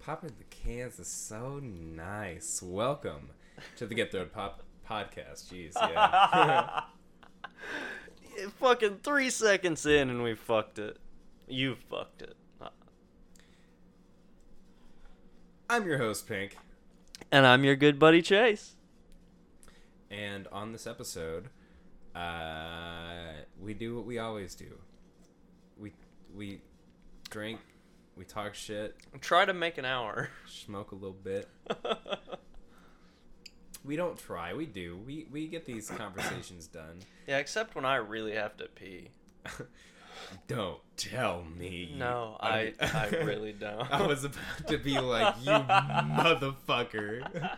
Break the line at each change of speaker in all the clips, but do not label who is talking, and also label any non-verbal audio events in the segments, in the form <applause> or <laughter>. Popper the cans is so nice. Welcome to the Get Throat Pop podcast. Jeez, yeah.
<laughs> fucking three seconds in and we fucked it. You fucked it.
I'm your host, Pink,
And I'm your good buddy Chase.
and on this episode, uh, we do what we always do. We we drink, we talk shit,
Try to make an hour. <laughs>
smoke a little bit. We don't try, we do. We we get these conversations done.
yeah, except when I really have to pee.
<laughs> Don't tell me. you-
No, I
<laughs>
I really don't.
I was about to be like,
<laughs>
you motherfucker.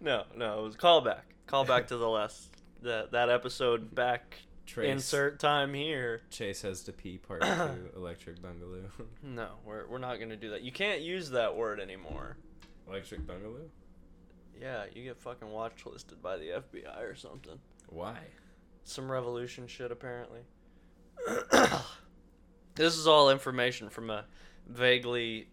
No, no, it was callback. Callback to the last that that episode back
Trace,
insert time here.
Chase has to pee
<coughs>
part two, Electric Bungalow. <laughs>
No, we're we're not gonna do that. You can't use that word anymore.
Electric Bungalow?
Yeah, you get fucking watch listed by the FBI or something.
Why?
some revolution shit apparently. <coughs> this is all information from a vaguely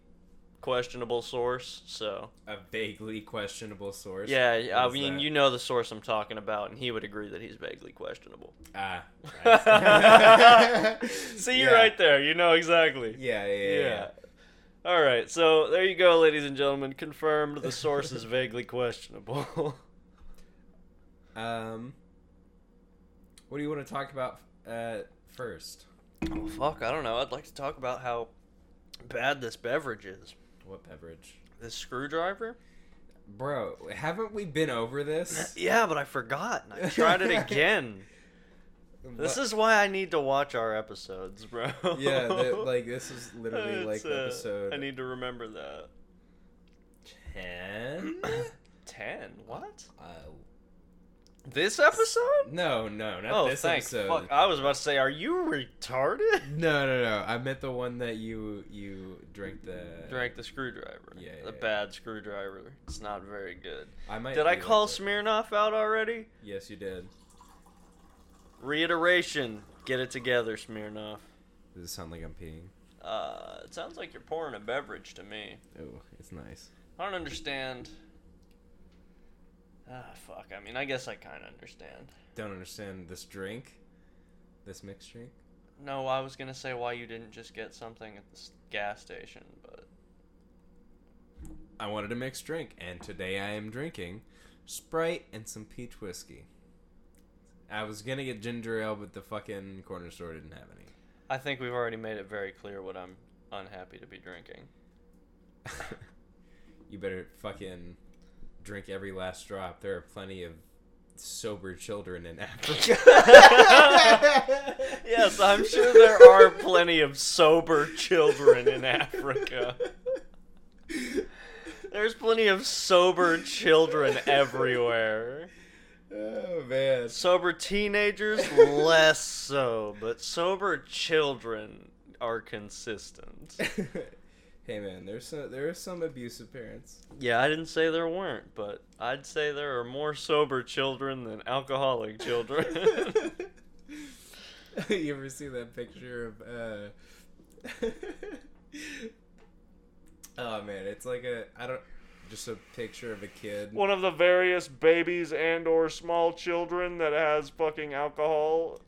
questionable source, so
A vaguely questionable source.
yeah, I
What is
mean
that?
you know the source I'm talking about, and he would agree that he's vaguely <laughs> questionable.
Ah.
<laughs> See you
Yeah.
right there, you know exactly.
Yeah, yeah, yeah.
Yeah.
yeah.
All right, so there you go, ladies and gentlemen. Confirmed, the source is vaguely questionable. <laughs>
Um, what do you want to talk about uh, first?
oh fuck, I don't know. I'd like to talk about how bad this beverage is.
What beverage?
This screwdriver.
Bro, haven't we been over this?
<laughs> Yeah, but I forgot. And I tried <laughs> it again. <laughs> This is why I need to watch our episodes, bro.
yeah, that,
<laughs>
like this is literally like
It's, uh,
episode
I need to remember that.
ten.
Ten? What?
uh,
This episode?
no, no, not
oh,
this
thanks.
episode.
Fuck. I was about to say, are you retarded?
No, no, no. I meant the one that you you drank the.
Drank the screwdriver.
Yeah, yeah,
the
yeah.
bad screwdriver. It's not very good.
I might.
Did I
be
call
like that.
Smirnoff out already?
Yes, you did.
Reiteration. Get it together, Smirnoff.
Does it sound like I'm peeing?
Uh, it sounds like you're pouring a beverage to me.
Oh, it's nice.
I don't understand. Ah, fuck. I mean, I guess I kind of understand.
Don't understand this drink, this mixed drink.
No, I was gonna say why you didn't just get something at the s- gas station, but
I wanted a mixed drink, and today I am drinking Sprite and some peach whiskey. I was gonna get ginger ale, but the fucking corner store didn't have any.
I think we've already made it very clear what I'm unhappy to be drinking.
<laughs> you better fucking drink every last drop. There are plenty of sober children in Africa.
<laughs> Yes, <laughs> I'm sure there are plenty of sober children in Africa. There's plenty of sober children everywhere.
Oh man. <laughs>
Sober teenagers, less so, but sober children are consistent.
hey man, there's some there are some abusive parents.
Yeah, I didn't say there weren't, but I'd say there are more sober children than alcoholic children. <laughs>
<laughs> you ever see that picture of uh <laughs> Oh man, it's like a I don't just a picture of a kid.
one of the various babies and or small children that has fucking alcohol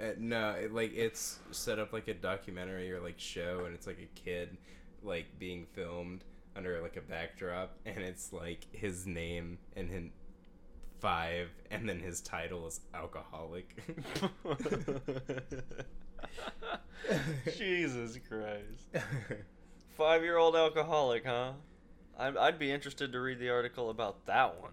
Uh, no, it, like it's set up like a documentary or like show and it's like a kid like being filmed under like a backdrop <laughs> and it's like his name and him five and then his title is alcoholic. <laughs>
Jesus Christ. Five year old alcoholic, huh? I'm, I'd be interested to read the article about that one.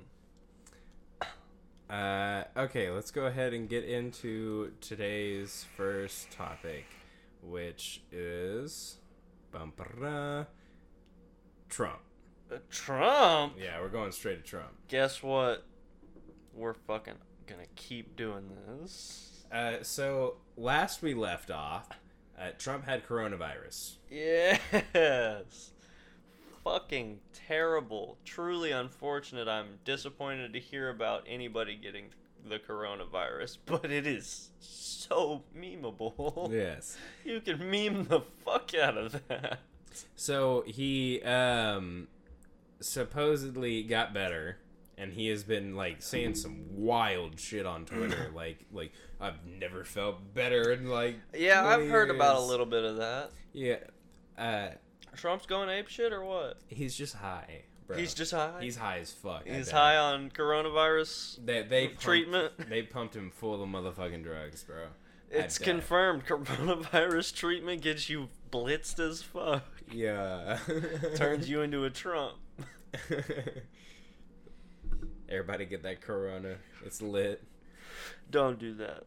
Uh, okay, let's go ahead and get into today's first topic, which is bum, ba-da, Trump.
Uh, Trump?
Yeah, we're going straight to Trump.
Guess what? We're fucking gonna keep doing this.
Uh, so last we left off, uh, Trump had coronavirus.
Yes. Fucking terrible. Truly unfortunate. I'm disappointed to hear about anybody getting the coronavirus, <laughs> but it is so memeable.
Yes.
<laughs> You can meme the fuck out of that.
So he um supposedly got better and he has been like saying some wild shit on Twitter <clears throat> like like I've never felt better and like
Yeah, I've heard about a
years.
little bit of that.
yeah uh
Trump's going ape shit or what?
he's just high bro
He's just high.
he's high as fuck I
He's
bet.
high on coronavirus
they, they pumped,
treatment. <laughs>
they pumped him full of motherfucking drugs bro I
It's
bet.
confirmed. <laughs> Coronavirus treatment gets you blitzed
<laughs>
as fuck.
yeah
Turns you into a Trump.
<laughs> everybody get that corona it's lit <laughs>
Don't do that.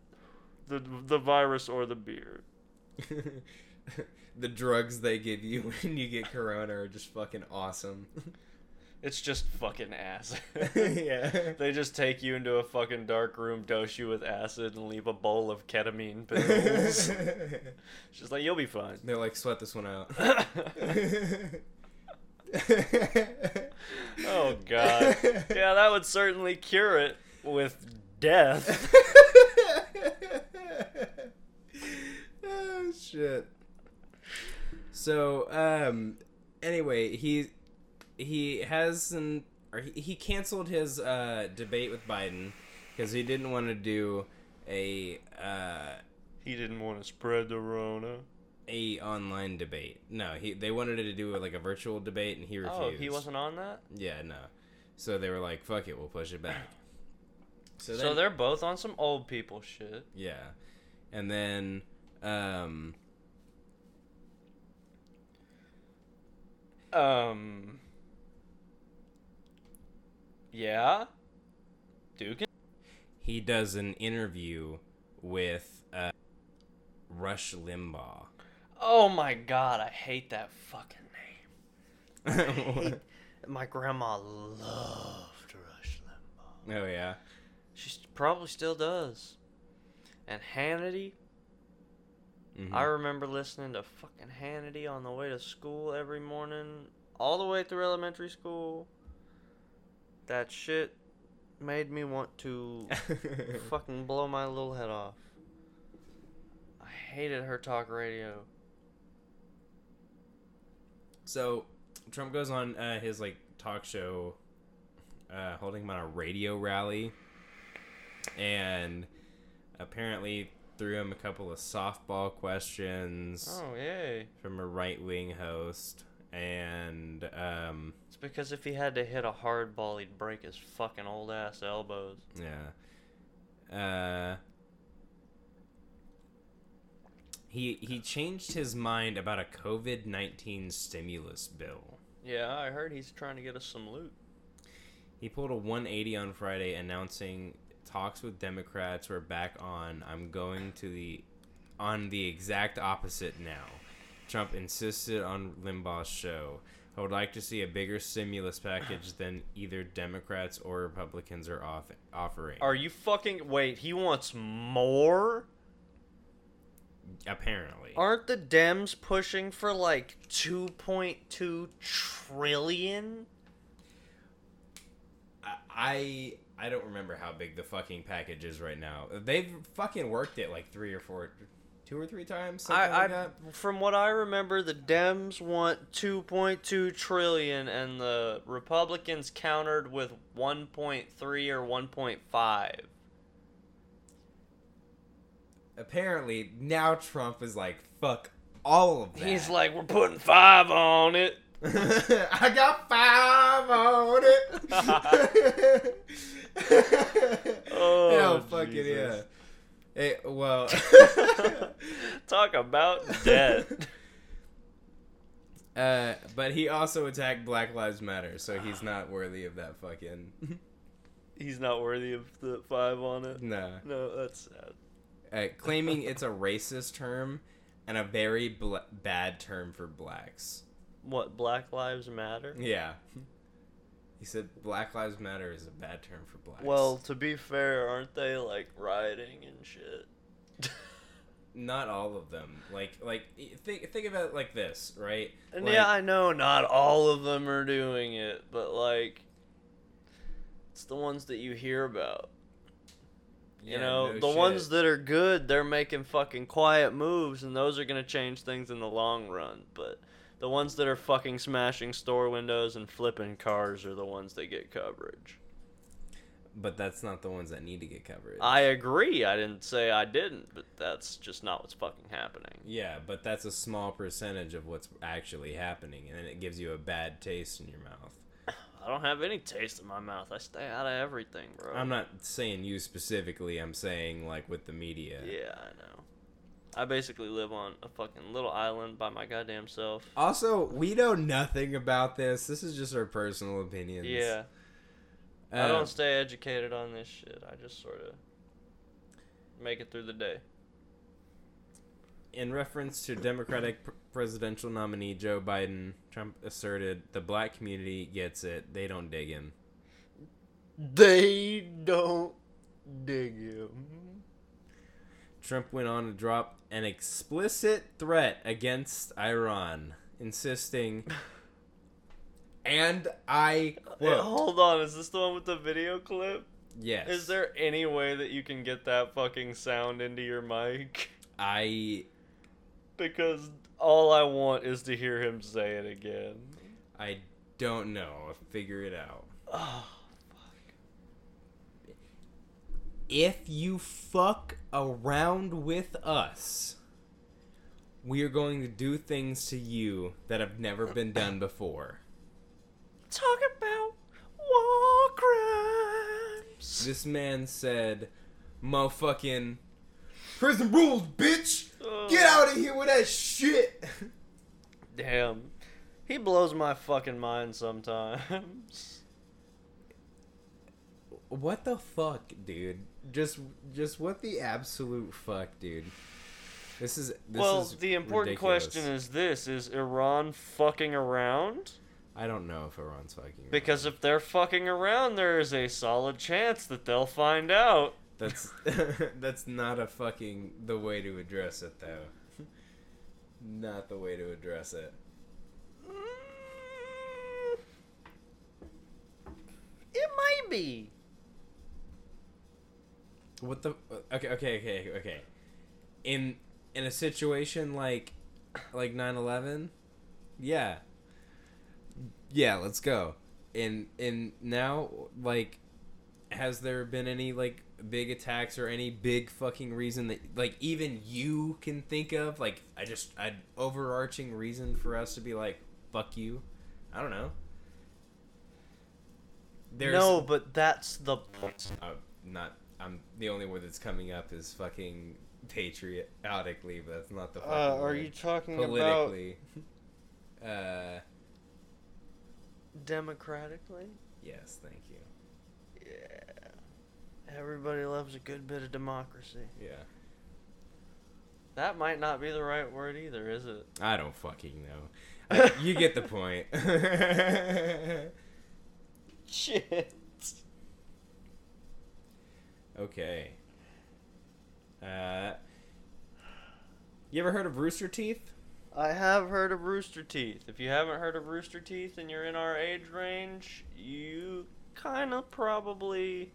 The the virus or the beer.
the drugs they give you <laughs> when you get corona are just fucking
<laughs>
awesome.
It's just fucking
<laughs>
acid. <laughs>
yeah.
They just take you into a fucking dark room, dose you with acid, and leave a bowl of
<laughs>
ketamine pills. She's like, you'll be fine.
<laughs>
<laughs>
They're like, sweat this one out.
oh god.
<laughs>
Yeah, that would certainly cure it with death.
oh shit. So, um, anyway, he he has an or he, he canceled his uh debate with Biden because he didn't want to do a uh
He didn't want to spread the Rona.
a online debate. No, he they wanted to do like a virtual debate and he refused.
Oh, he wasn't on that.
Yeah, no. So they were like, "Fuck it, we'll push it back." So,
So,
then-
they're both on some old people shit.
Yeah. And then um
Um. Yeah. Duke.
he does an interview with uh, Rush Limbaugh.
Oh my god, I hate that fucking name. hate- My grandma loved Rush Limbaugh.
<laughs> oh yeah.
She s- probably still does. And Hannity,
Mhm.
I remember listening to fucking Hannity on the way to school every morning, all the way through elementary school. That shit made me want to <laughs> fucking blow my little head off. I hated her talk radio.
<laughs> so Trump goes on uh, his like talk show uh, holding him on a radio rally and apparently threw him a couple of softball questions
Oh, yay.
from a right-wing host and um
It's because if he had to hit a hard ball, he'd break his fucking old ass elbows.
Yeah. Uh, he he changed his mind about a COVID nineteen stimulus bill.
Yeah, I heard he's trying to get us some loot.
He pulled a one eighty on Friday, announcing talks with Democrats were back on. I'm going to the on the exact opposite now. Trump insisted on Limbaugh's show. I would like to see a bigger stimulus package than either Democrats or Republicans are off- offering.
Are you fucking. Wait, he wants more?
apparently,
Aren't the Dems pushing for like 2.2 trillion?
I I don't remember how big the fucking package is right now. They've fucking worked it like three or four, two or three times. Something
I,
like
I
that.
from what I remember, the Dems want 2.2 trillion, and the Republicans countered with 1.3 or 1.5.
Apparently now Trump is like fuck all of that.
He's like, we're putting five on it.
<laughs> I got five on it. <laughs>
Oh,
Hell, fucking
Jesus.
yeah. Hey,
<laughs>
well,
Talk about debt.
<laughs> uh, but he also attacked Black Lives Matter, so he's not worthy of that fucking.
He's not worthy of the five on it.
nah.
No, that's sad.
uh, claiming it's a racist term and a very bl- bad term for blacks.
What, Black Lives Matter?
Yeah. He said Black Lives Matter is a bad term for blacks.
Well, to be fair, aren't they like rioting and shit?
not all of them. Like, like y- think think about it like this, right?
And
Like,
yeah, I know not all of them are doing it, but like, it's the ones that you hear about. You
yeah,
know,
no
the
shit.
ones that are good, they're making fucking quiet moves, and those are gonna change things in the long run. But The ones that are fucking smashing store windows and flipping cars are the ones that get coverage.
But that's not the ones that need to get coverage.
I agree. I didn't say I didn't, but that's just not what's fucking happening.
Yeah, but that's a small percentage of what's actually happening, and it gives you a bad taste in your mouth.
I don't have any taste in my mouth. I stay out of everything, bro.
I'm not saying you specifically. I'm saying like with the media.
Yeah, I know. I basically live on a fucking little island by my goddamn self.
Also, we know nothing about this. This is just our personal opinions.
Yeah. I
Uh,
don't stay educated on this shit. I just sort of make it through the day.
In reference to Democratic pr- presidential nominee Joe Biden, Trump asserted the black community gets it. They don't dig him.
They don't dig you.
Trump went on to drop an explicit threat against Iran, insisting,
<laughs>
and I quote,
hold on, is this the one with the video clip?
yes,
Is there any way that you can get that fucking sound into your mic? <laughs>
I
Because all I want is to hear him say it again. <sighs>
I don't know. I'll figure it out.
Oh,
If you fuck around with us, we are going to do things to you that have never been done before.
talk about war crimes.
This man said, motherfucking prison rules, bitch! Get
Oh.
out of here with that shit! <laughs>
Damn. He blows my fucking mind sometimes.
What the fuck, dude? Just, just what the absolute fuck, dude? This is this
well,
is
the important
ridiculous.
question is this is Iran fucking around?
I don't know if Iran's fucking. around.
Because if they're fucking around, there is a solid chance that they'll find out.
That's <laughs> that's not a fucking the way to address it though. <laughs> Not the way to address it.
Mm. It might be.
What the okay okay okay okay. In in a situation like like 9/11, yeah. Yeah, let's go. And and now like has there been any like big attacks or any big fucking reason that like even you can think of like I just an overarching reason for us to be like fuck you? I don't know. There's
no, but that's the point.
uh, not. I'm the only word that's coming up is fucking patriotically, but that's not the. Fucking
Uh, are
word.
you talking about
politically? uh,
democratically?
yes, thank you.
Yeah. Everybody loves a good bit of democracy.
Yeah,
That might not be the right word either, is it?
I don't fucking know. you get the point. <laughs>
Shit.
okay. Uh, you ever heard of Rooster Teeth?
I have heard of Rooster Teeth. If you haven't heard of Rooster Teeth and you're in our age range, you kind of probably,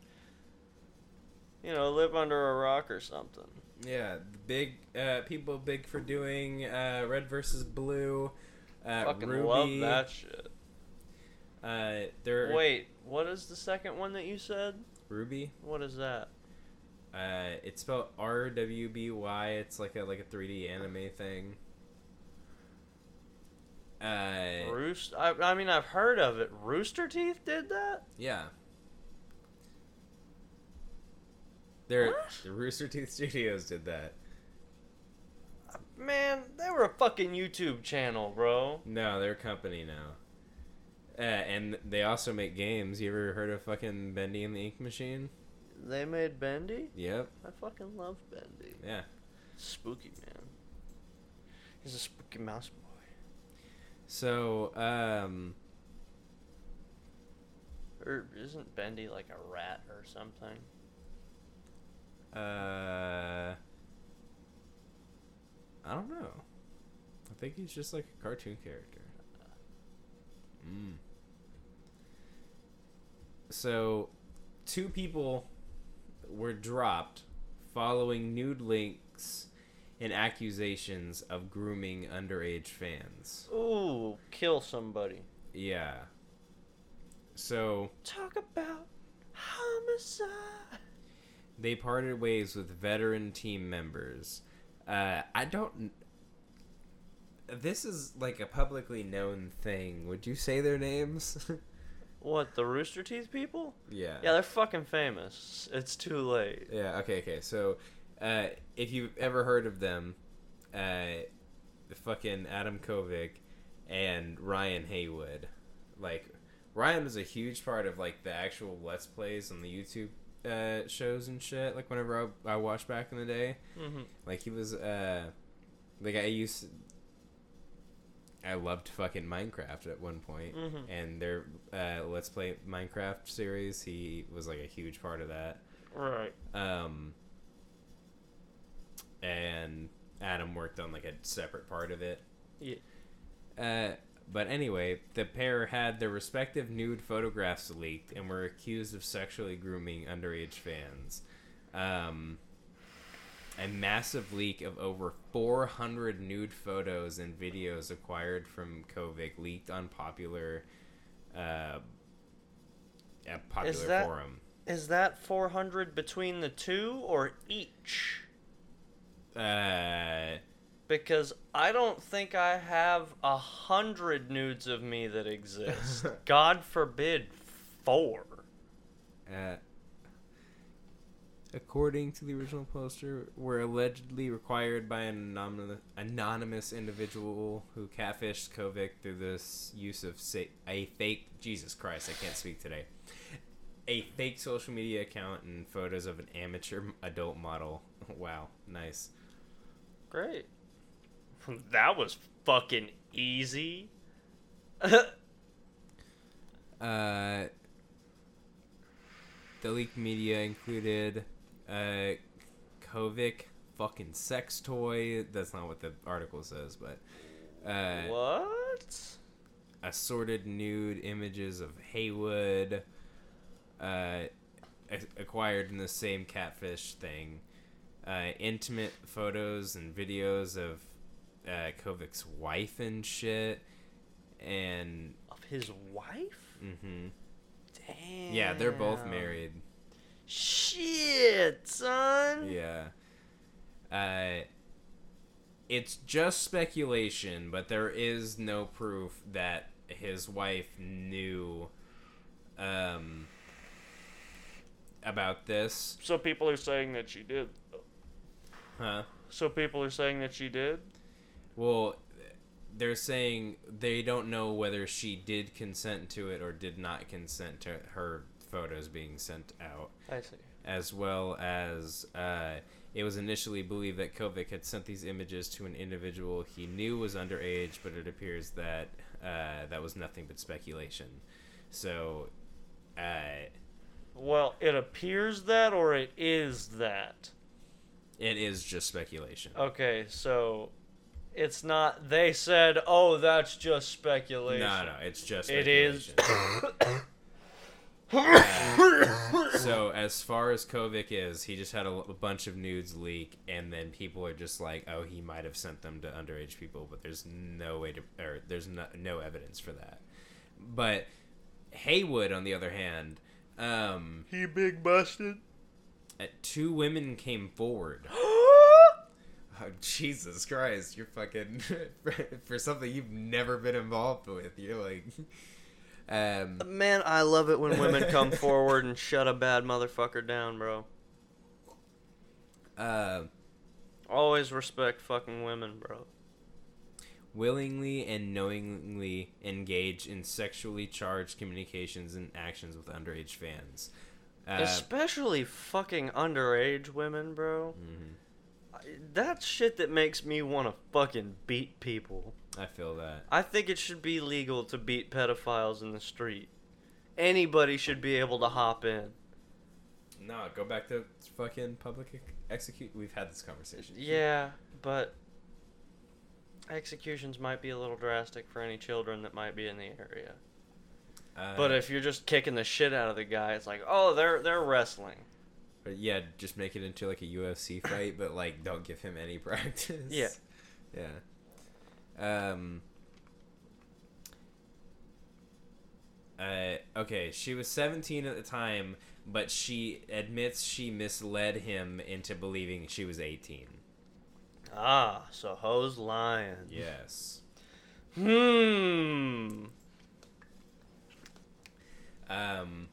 you know, live under a rock or something.
Yeah, the big uh, people big for doing uh, red versus blue. Uh,
Fucking
Ruby,
love that shit.
Uh, there.
Wait, what is the second one that you said?
Ruby.
What is that?
Uh, it's spelled R W B Y. It's like a like a three D anime thing. Uh,
Roost? I, I mean, I've heard of it. Rooster Teeth did that?
yeah. They're
What?
the Rooster Teeth <laughs> Studios did that.
Man, they were a fucking YouTube channel, bro.
No, they're a company now. Uh, and they also make games. You ever heard of fucking Bendy and the Ink Machine?
They made Bendy?
Yep.
I fucking love Bendy.
Yeah.
Spooky man. He's a spooky mouse boy.
So, um,
Or isn't Bendy like a rat or something?
uh, I don't know. I think he's just like a cartoon character. Mm. So, two people were dropped following nude links and accusations of grooming underage fans.
Ooh, kill somebody.
Yeah. So
Talk about homicide.
they parted ways with veteran team members. Uh, I don't. This is like a publicly known thing. Would you say their names? <laughs>
What, the Rooster Teeth people?
yeah.
Yeah, they're fucking famous. It's too late.
Yeah. Okay. Okay. So, uh, if you've ever heard of them, uh, the fucking Adam Kovic and Ryan Haywood, like Ryan was a huge part of like the actual Let's Plays and the YouTube uh, shows and shit. Like whenever I, I watched back in the day,
Mm-hmm.
like he was uh, like I used. I loved fucking Minecraft at one point,
Mhm.
and their uh, Let's Play Minecraft series, he was like a huge part of that.
Right.
Um, and Adam worked on like a separate part of it.
Yeah.
Uh, but anyway, the pair had their respective nude photographs leaked and were accused of sexually grooming underage fans. Um, a massive leak of over 400 nude photos and videos acquired from Kovic leaked on popular, uh, a popular
that-
forum.
Is that 400 between the two or each?
Uh,
Because I don't think I have a hundred nudes of me that
<laughs>
exist. God forbid four.
Uh, according to the original poster, were allegedly required by an anonymous, anonymous individual who catfished Kovic through this use of sa- a fake Jesus Christ, I can't speak today. A fake social media account and photos of an amateur adult model. <laughs> Wow, nice.
Great. <laughs> That was fucking easy. <laughs>
Eh. Uh, the leaked media included uh, Kovic fucking sex toy. That's not what the article says, but uh,
what?
assorted nude images of Haywood uh, ac- acquired in the same catfish thing, uh, intimate photos and videos of uh, Kovic's wife and shit, and
Of his wife?
hmm
Damn.
yeah, they're both married.
Shit, son.
Yeah. Uh, it's just speculation, but there is no proof that his wife knew um, about this.
So people are saying that she did.
Huh?
So people are saying that she did.
Well, they're saying they don't know whether she did consent to it or did not consent to her photos being sent out.
I see.
as well as uh, it was initially believed that Kovic had sent these images to an individual he knew was underage, but it appears that uh, that was nothing but speculation. So, uh,
Well, it appears that or it is that.
it is just speculation.
Okay, so it's not they said, "Oh, that's just
no,
speculation."
no,
<gasps>
it's just
It is-
speculation. <coughs> Uh, so as far as Kovic is, he just had a, l- a bunch of nudes leak, and then people are just like, "Oh, he might have sent them to underage people," but there's no way to, or there's no, no evidence for that. But Haywood, on the other hand, um,
He big busted.
uh, two women came forward. Oh, Jesus Christ, you're fucking <laughs> for something you've never been involved with. You're like, <laughs> um,
Man, I love it when women come <laughs> forward and shut a bad motherfucker down, bro.
uh.
Always respect fucking women, bro.
willingly and knowingly engage in sexually charged communications and actions with underage fans. Uh,
Especially fucking underage women, bro.
mhm,
I- That's shit that makes me want to fucking beat people.
I feel that.
I think it should be legal to beat pedophiles in the street. Anybody should be able to hop in.
No, go back to fucking public ex- execute. We've had this conversation.
Yeah, but executions might be a little drastic for any children that might be in the area.
Uh,
But if you're just kicking the shit out of the guy, it's like, oh, they're they're wrestling.
Or, yeah, just make it into like a
<coughs>
UFC fight, but like don't give him any <laughs> practice.
Yeah.
Yeah. Um. Uh, okay, she was 17 at the time, but she admits she misled him into believing she was 18.
Ah, so Ho's lying.
Yes.
Hmm.
Um,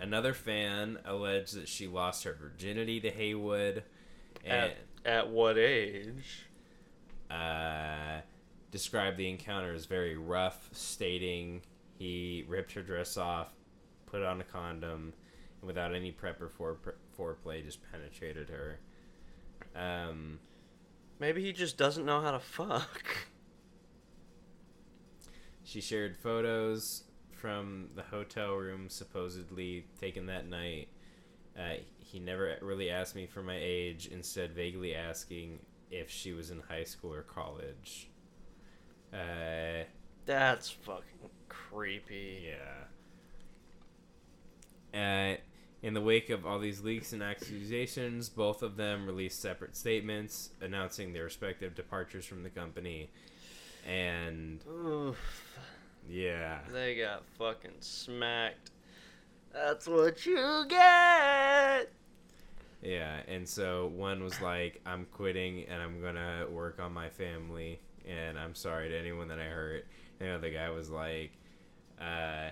another fan alleged that she lost her virginity to Haywood, and
At, at what age?
uh, described the encounter as very rough, stating he ripped her dress off, put on a condom, and without any prep or fore- foreplay, just penetrated her. Um,
Maybe he just doesn't know how to fuck. <laughs>
She shared photos from the hotel room supposedly taken that night. Uh, he never really asked me for my age, instead, vaguely asking if she was in high school or college. Uh,
That's fucking creepy.
yeah. Uh, in the wake of all these leaks and accusations, both of them released separate statements announcing their respective departures from the company. And
Oof.
yeah.
They got fucking smacked. That's what you get.
Yeah, and so one was like, "I'm quitting and I'm gonna work on my family, and I'm sorry to anyone that I hurt." And the other guy was like, uh,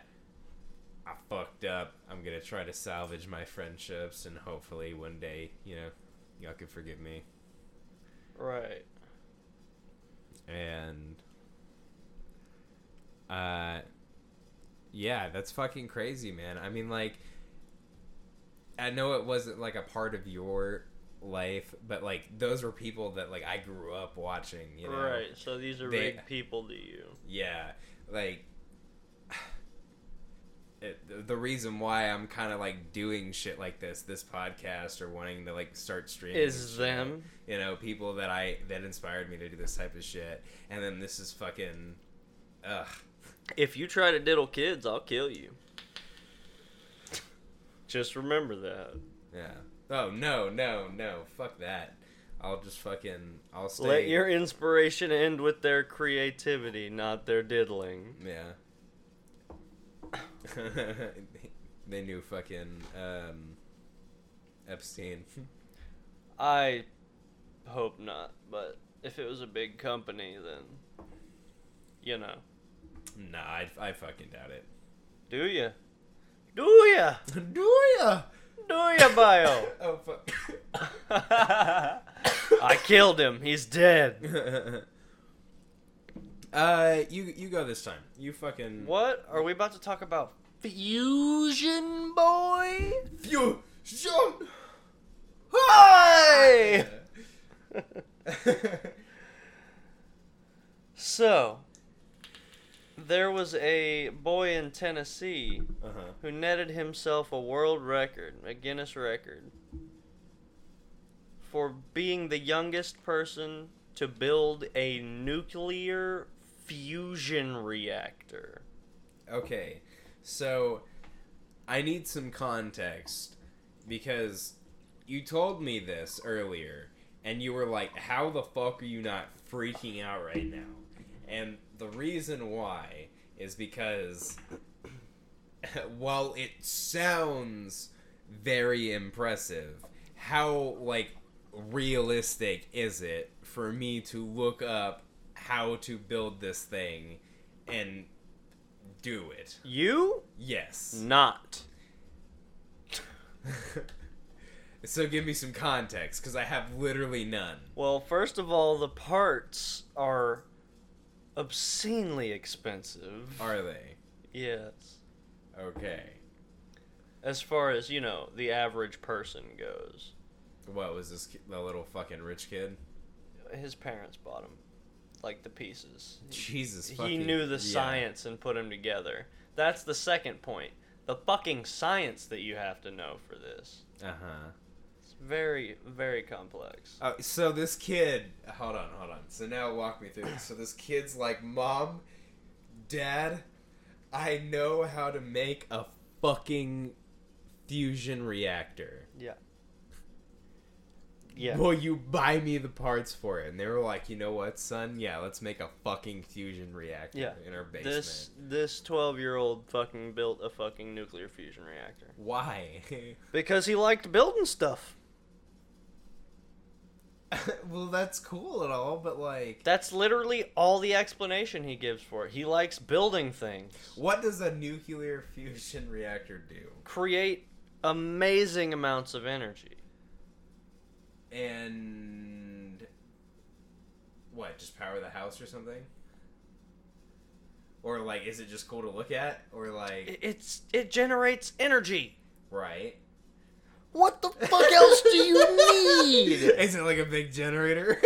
"I fucked up. I'm gonna try to salvage my friendships, and hopefully one day, you know, y'all can forgive me."
Right.
And uh, yeah, that's fucking crazy, man. I mean, like, I know it wasn't like a part of your life, but like those were people that like I grew up watching, you know.
Right. So these are
they-
big people to you.
Yeah, like. <sighs> It, the- the reason why I'm kind of like doing shit like this, this podcast, or wanting to like start streaming and
Is
shit,
them.
you know, people that I that inspired me to do this type of shit, and then this is fucking, ugh,
If you try to diddle kids, I'll kill you. Just remember that.
yeah. Oh no, no, no, fuck that. I'll just fucking, I'll stay.
Let your inspiration end with their creativity, not their diddling.
yeah. <laughs> they knew fucking um, Epstein.
I hope not, but if it was a big company, then you know.
<laughs> nah, I, I fucking doubt it.
Do ya? Do ya?
<laughs> Do ya?
Do ya, Bio?
<laughs>
<laughs>
Oh fuck.
I killed him. He's dead.
<laughs> uh, you you go this time. You fucking
What are we about to talk about? Fusion boy.
You Sean.
Hi. <laughs> So, there was a boy in Tennessee
Uh-huh.
who netted himself a world record, a Guinness record, for being the youngest person to build a nuclear fusion reactor.
Okay, so I need some context because you told me this earlier, and you were like, "How the fuck are you not freaking out right now?" And the reason why is because <laughs> while it sounds very impressive, how like realistic is it for me to look up how to build this thing and do it?
You?
Yes. <laughs>
Not.
so give me some context, because I have literally none.
Well, first of all, the parts are obscenely expensive.
Are they?
Yes.
Okay.
As far as, you know, the average person goes.
What was this? ki- The little fucking rich kid?
his parents bought him like the pieces
Jesus.
he
fucking-
knew the
yeah.
science and put them together that's the second point the fucking science that you have to know for this
Uh huh.
it's very very complex
Oh, so this kid, hold on, hold on. So now walk me through this. So this kid's like, Mom, Dad, I know how to make a fucking fusion reactor.
Yeah. Yeah.
Will you buy me the parts for it? And they were like, you know what, son? Yeah, let's make a fucking fusion reactor
Yeah.
in our basement.
This this twelve year old fucking built a fucking nuclear fusion reactor
Why? <laughs>
because he liked building stuff.
well, that's cool and all, but like,
That's literally all the explanation he gives for it. He likes building things.
what does a nuclear fusion reactor do?
Create amazing amounts of energy.
And what? Just power the house or something? Or like, is it just cool to look at? Or like,
It- It's it generates energy.
right?
What the fuck else
<laughs>
do you need?
Is it like a big generator?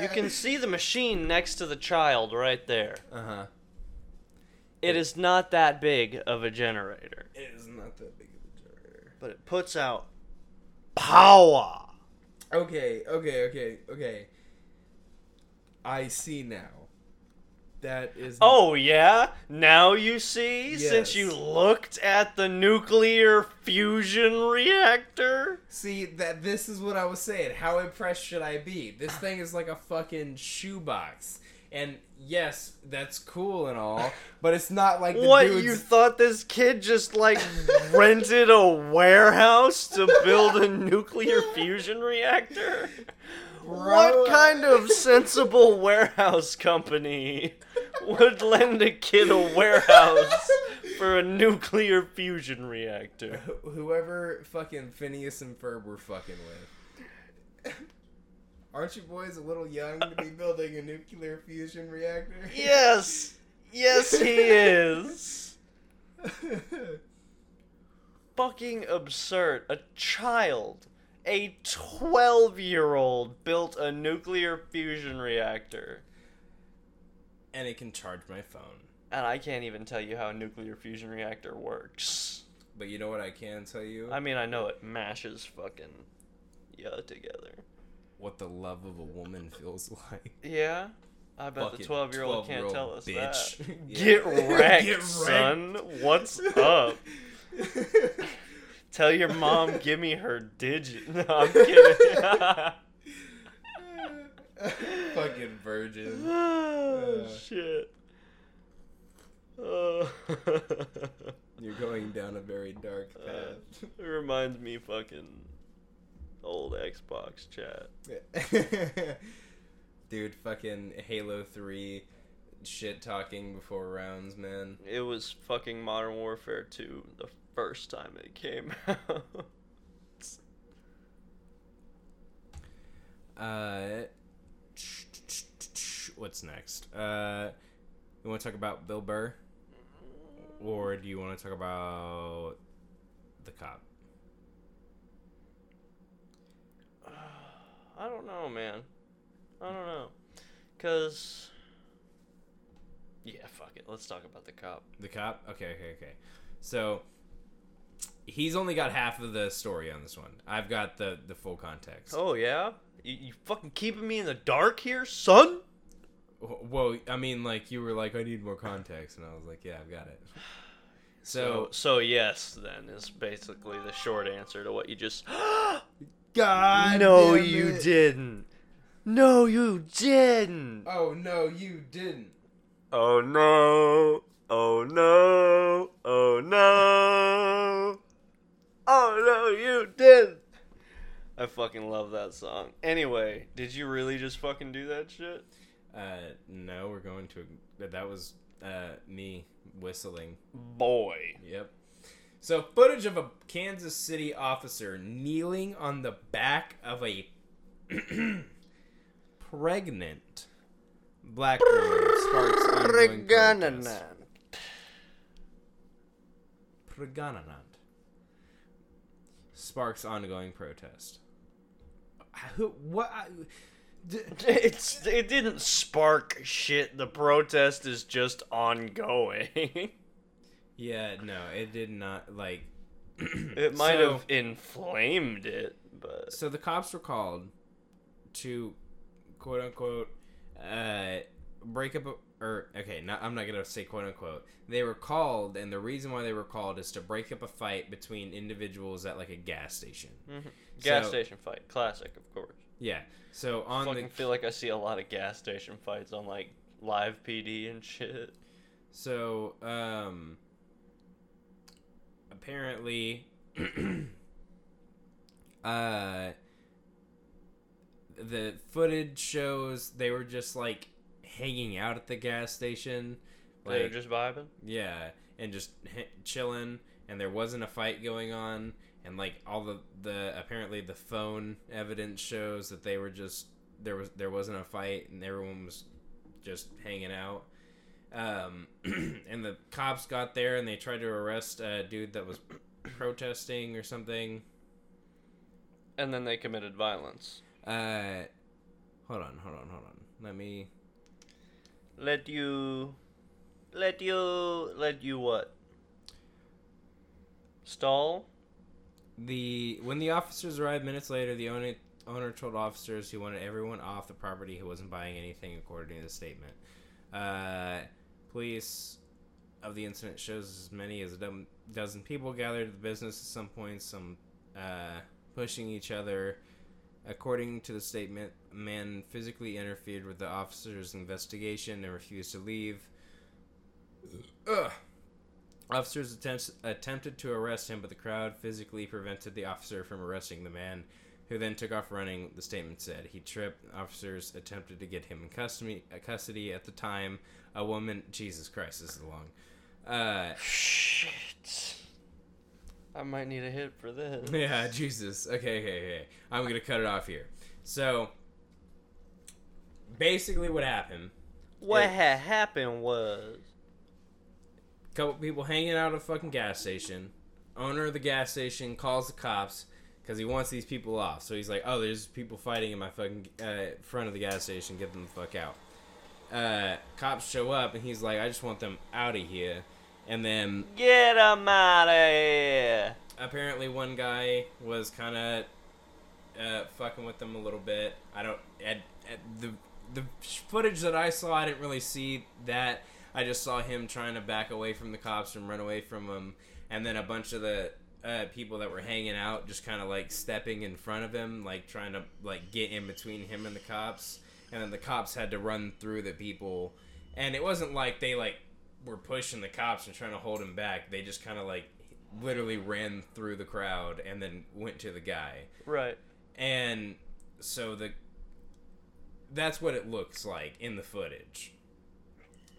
You can see the machine next to the child right there.
Uh huh.
It is not that big of a generator,
It is not that big of a generator.
but it puts out power.
Okay, okay, okay, okay. I see now. That is.
Oh yeah, now you see
Yes.
since you looked at the nuclear fusion reactor.
See that this is what I was saying. How impressed should I be? This thing is like a fucking shoebox. And yes, that's cool and all, but it's not like the
what
dude's
you thought this kid just like rented a warehouse to build a nuclear fusion reactor? What
Bro. <laughs>
kind of sensible warehouse company would lend a kid a warehouse for a nuclear fusion reactor?
Wh- whoever fucking Phineas and Ferb were fucking with. Aren't you boys a little young to be building a nuclear fusion reactor?
Yes. Yes he is. Fucking absurd. A child, a 12-year-old built a nuclear fusion reactor.
<laughs> and it can charge my phone.
And I can't even tell you how a nuclear fusion reactor works.
But you know what I can tell you?
I mean, I know it mashes fucking yeah together.
what the love of a woman feels <laughs> like.
Yeah, I bet the
Fucking
twelve-year-old can't
12-year-old
tell us that. <laughs>
bitch. <laughs> Yeah.
Get wrecked,
Get
son.
<laughs>
What's up? Tell your mom, give me her digit. <laughs> No, I'm kidding.
Fucking virgin.
oh,
Uh.
shit. <laughs> Oh.
You're going down a very dark
Uh,
path.
it reminds me fucking old Xbox chat.
<laughs> Dude, fucking Halo 3 shit talking before rounds, man.
It was fucking Modern Warfare 2 the first time it came <laughs> out.
Uh, what's next? Uh, you want to talk about Bill Burr? Or do you want to talk about the cop?
I don't know, man. I don't know. Cuz Yeah, fuck it. Let's talk about the cop.
The cop? Okay, okay, okay. So he's only got half of the story on this one. I've got the the full context.
Oh yeah? You, you fucking keeping me in the dark here, son?
Well, I mean, like you were like, I need more context, and I was like, yeah, I've got it.
<sighs>
So
So so yes then is basically the short answer to what you <gasps> just
God,
No,
damn
you
it.
didn't. No, you didn't.
Oh no, you didn't.
Oh no. Oh no. Oh no. Oh no, you did. I fucking love that song. Anyway, did you really just fucking do that shit?
Uh, no, we're going to. That was uh, me whistling.
Boy.
Yep. So, footage of a Kansas City officer kneeling on the back of a <clears throat> pregnant black woman sparks ongoing protests. Pregnant. Sparks ongoing protest. Uh, Who? What? I, d-
<laughs> It's it didn't spark shit. The protest is just ongoing. <laughs>
yeah, no, it did not. Like,
it might
So-
have inflamed it, but
so the cops were called to quote unquote uh, break up a, or okay, not, I'm not gonna say quote unquote. They were called, and the reason why they were called is to break up a fight between individuals at like a gas station.
Gas
So-
station fight, classic, of course.
Yeah. So on
Fucking
the
feel like I see a lot of gas station fights on like live PD and shit.
So, um, apparently, <clears throat> uh, the footage shows they were just like hanging out at the gas station,
They're
like
just vibing.
yeah, and just h- chilling, and there wasn't a fight going on, and like all the the apparently the phone evidence shows that they were just there was there wasn't a fight, and everyone was just hanging out. Um, <clears throat> and the cops got there and they tried to arrest a dude that was protesting or something.
And then they committed violence.
Uh, hold on, hold on, hold on. Let me.
Let you, let you, let you what? Stall.
The when the officers arrived minutes later, the owner owner told officers he wanted everyone off the property who wasn't buying anything, according to the statement. Uh, police of the incident shows as many as a dum- dozen people gathered at the business at some point, some uh, pushing each other. According to the statement, a man physically interfered with the officers' investigation and refused to leave. Ugh. Officers attempts, attempted to arrest him, but the crowd physically prevented the officer from arresting the man, who then took off running, the statement said. He tripped. Officers attempted to get him in custody, uh, custody at the time. A woman. Jesus Christ, this is long. Uh, <laughs>
Shit. I might need a hit for this.
yeah, Jesus. Okay, okay, okay. I'm going to cut it off here. So, basically, what happened
What
It-
had happened was
couple people hanging out at a fucking gas station. Owner of the gas station calls the cops because he wants these people off. So he's like, "Oh, there's people fighting in my fucking uh, front of the gas station. Get them the fuck out." Uh, cops show up and he's like, "I just want them out of here." And then
get 'em out of here.
apparently one guy was kind of uh, fucking with them a little bit. I don't at, at the the footage that I saw, I didn't really see that. I just saw him trying to back away from the cops and run away from them, and then a bunch of the uh, people that were hanging out just kind of like stepping in front of him, like trying to like get in between him and the cops, and then the cops had to run through the people, and it wasn't like they like were pushing the cops and trying to hold him back. They just kind of like literally ran through the crowd and then went to the guy
Right.
and so the that's what it looks like in the footage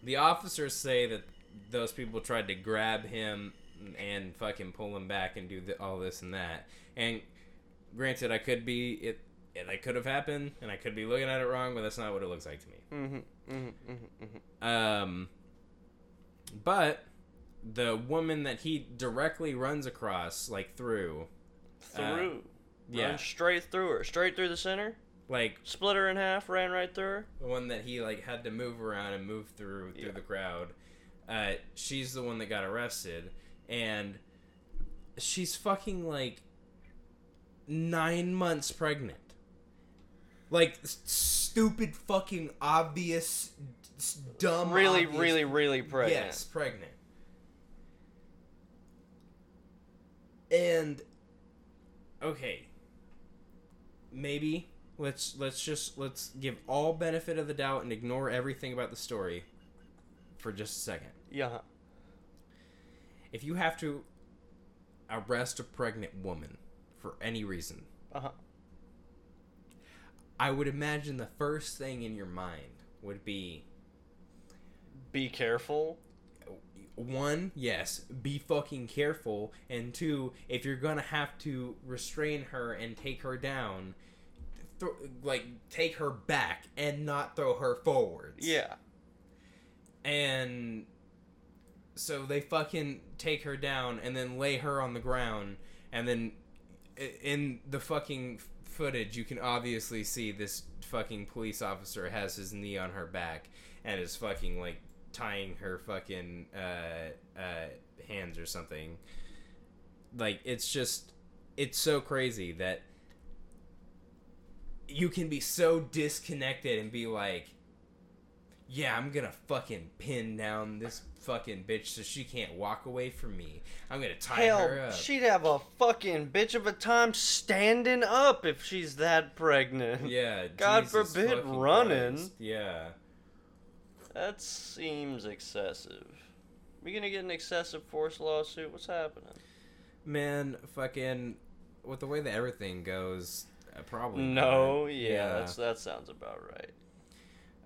the officers say that those people tried to grab him and fucking pull him back and do the, all this and that and granted i could be it it, I could have happened, and I could be looking at it wrong, but that's not what it looks like to me.
Mm-hmm. Mm-hmm. Mm-hmm.
Um, but the woman that he directly runs across, like through, Uh,
Through.
yeah.
Run straight through her. Straight through the center.
like
Split her in half. Ran right through her.
the one that he like had to move around and move through through
Yeah.
the crowd. Uh, she's the one that got arrested, and she's fucking like nine months pregnant. Like s- stupid, fucking obvious, s- dumb.
Really,
obvious-
really, really pregnant.
Yes, pregnant. And okay, maybe let's let's just let's give all benefit of the doubt and ignore everything about the story for just a second.
Yeah.
If you have to arrest a pregnant woman for any reason,
Uh-huh.
I would imagine the first thing in your mind would be
Be careful.
one, yes, be fucking careful, and two, if you're gonna have to restrain her and take her down, th- like take her back and not throw her forwards.
Yeah.
And so they fucking take her down and then lay her on the ground, and then i- in the fucking footage, you can obviously see this fucking police officer has his knee on her back and is fucking like tying her fucking uh, uh, hands or something. Like it's just, it's so crazy that you can be so disconnected and be like, yeah, I'm gonna fucking pin down this fucking bitch so she can't walk away from me. I'm gonna tie her
Hell,
up.
she'd have a fucking bitch of a time standing up if she's that pregnant.
yeah.
<laughs> God
Jesus
forbid
fucking
running.
Christ. Yeah.
That seems excessive. We gonna get an excessive force lawsuit? What's happening?
Man, fucking, with the way that everything goes, uh, probably.
No,
not.
yeah, That's, that sounds about right.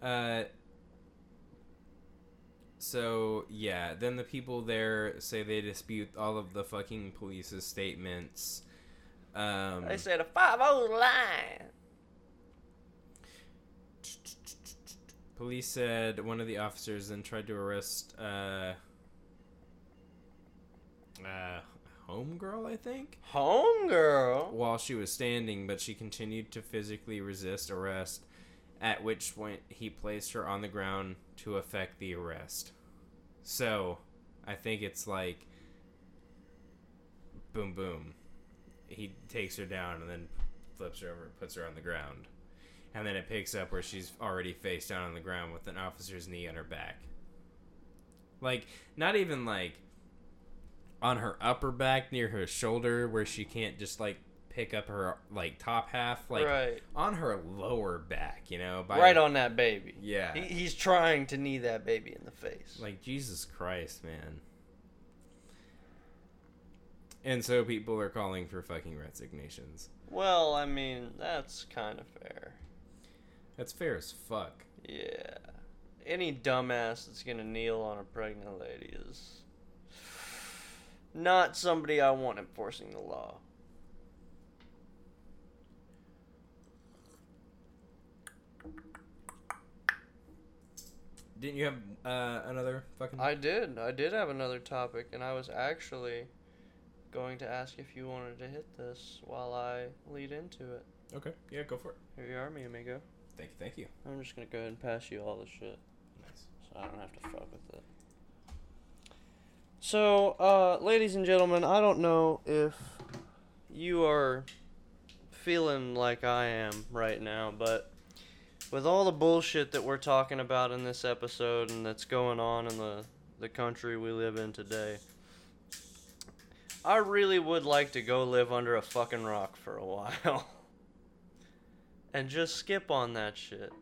Uh, so yeah, then the people there say they dispute all of the fucking police's statements. Um,
They said a five O line.
police said one of the officers then tried to arrest uh, uh, homegirl, I think.
Homegirl.
while she was standing, but she continued to physically resist arrest, at which point he placed her on the ground to effect the arrest. So, I think it's like boom, boom. He takes her down and then flips her over and puts her on the ground. And then it picks up where she's already face down on the ground with an officer's knee on her back. Like, not even like on her upper back near her shoulder where she can't just like pick up her like top half like
right.
on her lower back you know by
Right on that baby.
yeah
He, he's trying to knee that baby in the face.
like jesus christ man and so people are calling for fucking resignations
well, I mean, that's kind of fair.
that's fair as fuck
Yeah. Any dumbass that's gonna kneel on a pregnant lady is not somebody I want enforcing the law.
didn't you have uh, another fucking
I did. I did have another topic, and I was actually going to ask if you wanted to hit this while I lead into it.
okay yeah go for it
Here you are, mi amigo.
thank you thank you
I'm just gonna go ahead and pass you all the shit.
nice
so I don't have to fuck with it. So, uh, ladies and gentlemen, I don't know if you are feeling like I am right now, but with all the bullshit that we're talking about in this episode and that's going on in the, the country we live in today, I really would like to go live under a fucking rock for a <laughs> while. and just skip on that shit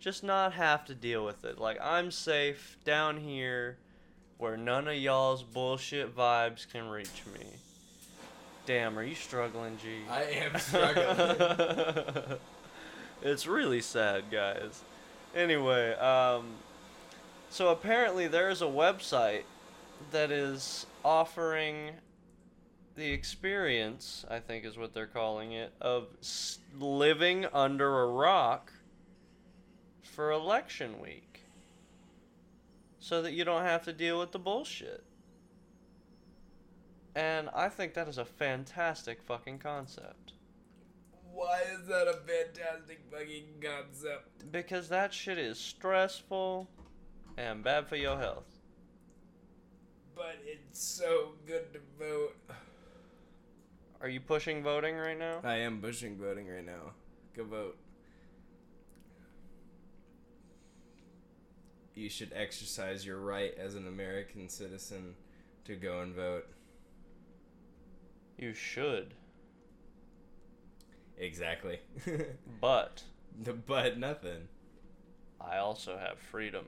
just not have to deal with it. Like I'm safe down here where none of y'all's bullshit vibes can reach me. Damn, are you struggling, G?
i <laughs> am struggling
<laughs> it's really sad, guys. Anyway, um, so apparently there is a website that is offering the experience, I think is what they're calling it, of s- living under a rock for election week. So that you don't have to deal with the bullshit. And I think that is a fantastic fucking concept.
why is that a fantastic fucking concept
Because that shit is stressful and bad for your health.
but it's so good to vote <sighs>
Are you pushing voting right now?
i am pushing voting right now go vote you should exercise your right as an american citizen to go and vote
You should.
exactly <laughs>
But
but nothing
I also have freedom.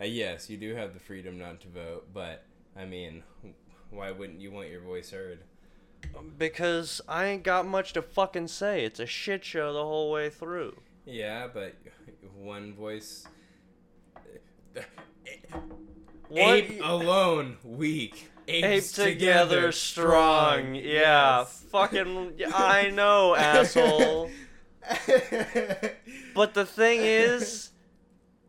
uh, yes you do have the freedom not to vote but i mean why wouldn't you want your voice heard
Because I ain't got much to fucking say. It's a shit show the whole way through.
yeah but one voice uh,
One-
Ape alone, weak. Apes,
Ape together strong. Yeah, fucking.
<laughs>
I <laughs> know, asshole. But the thing is,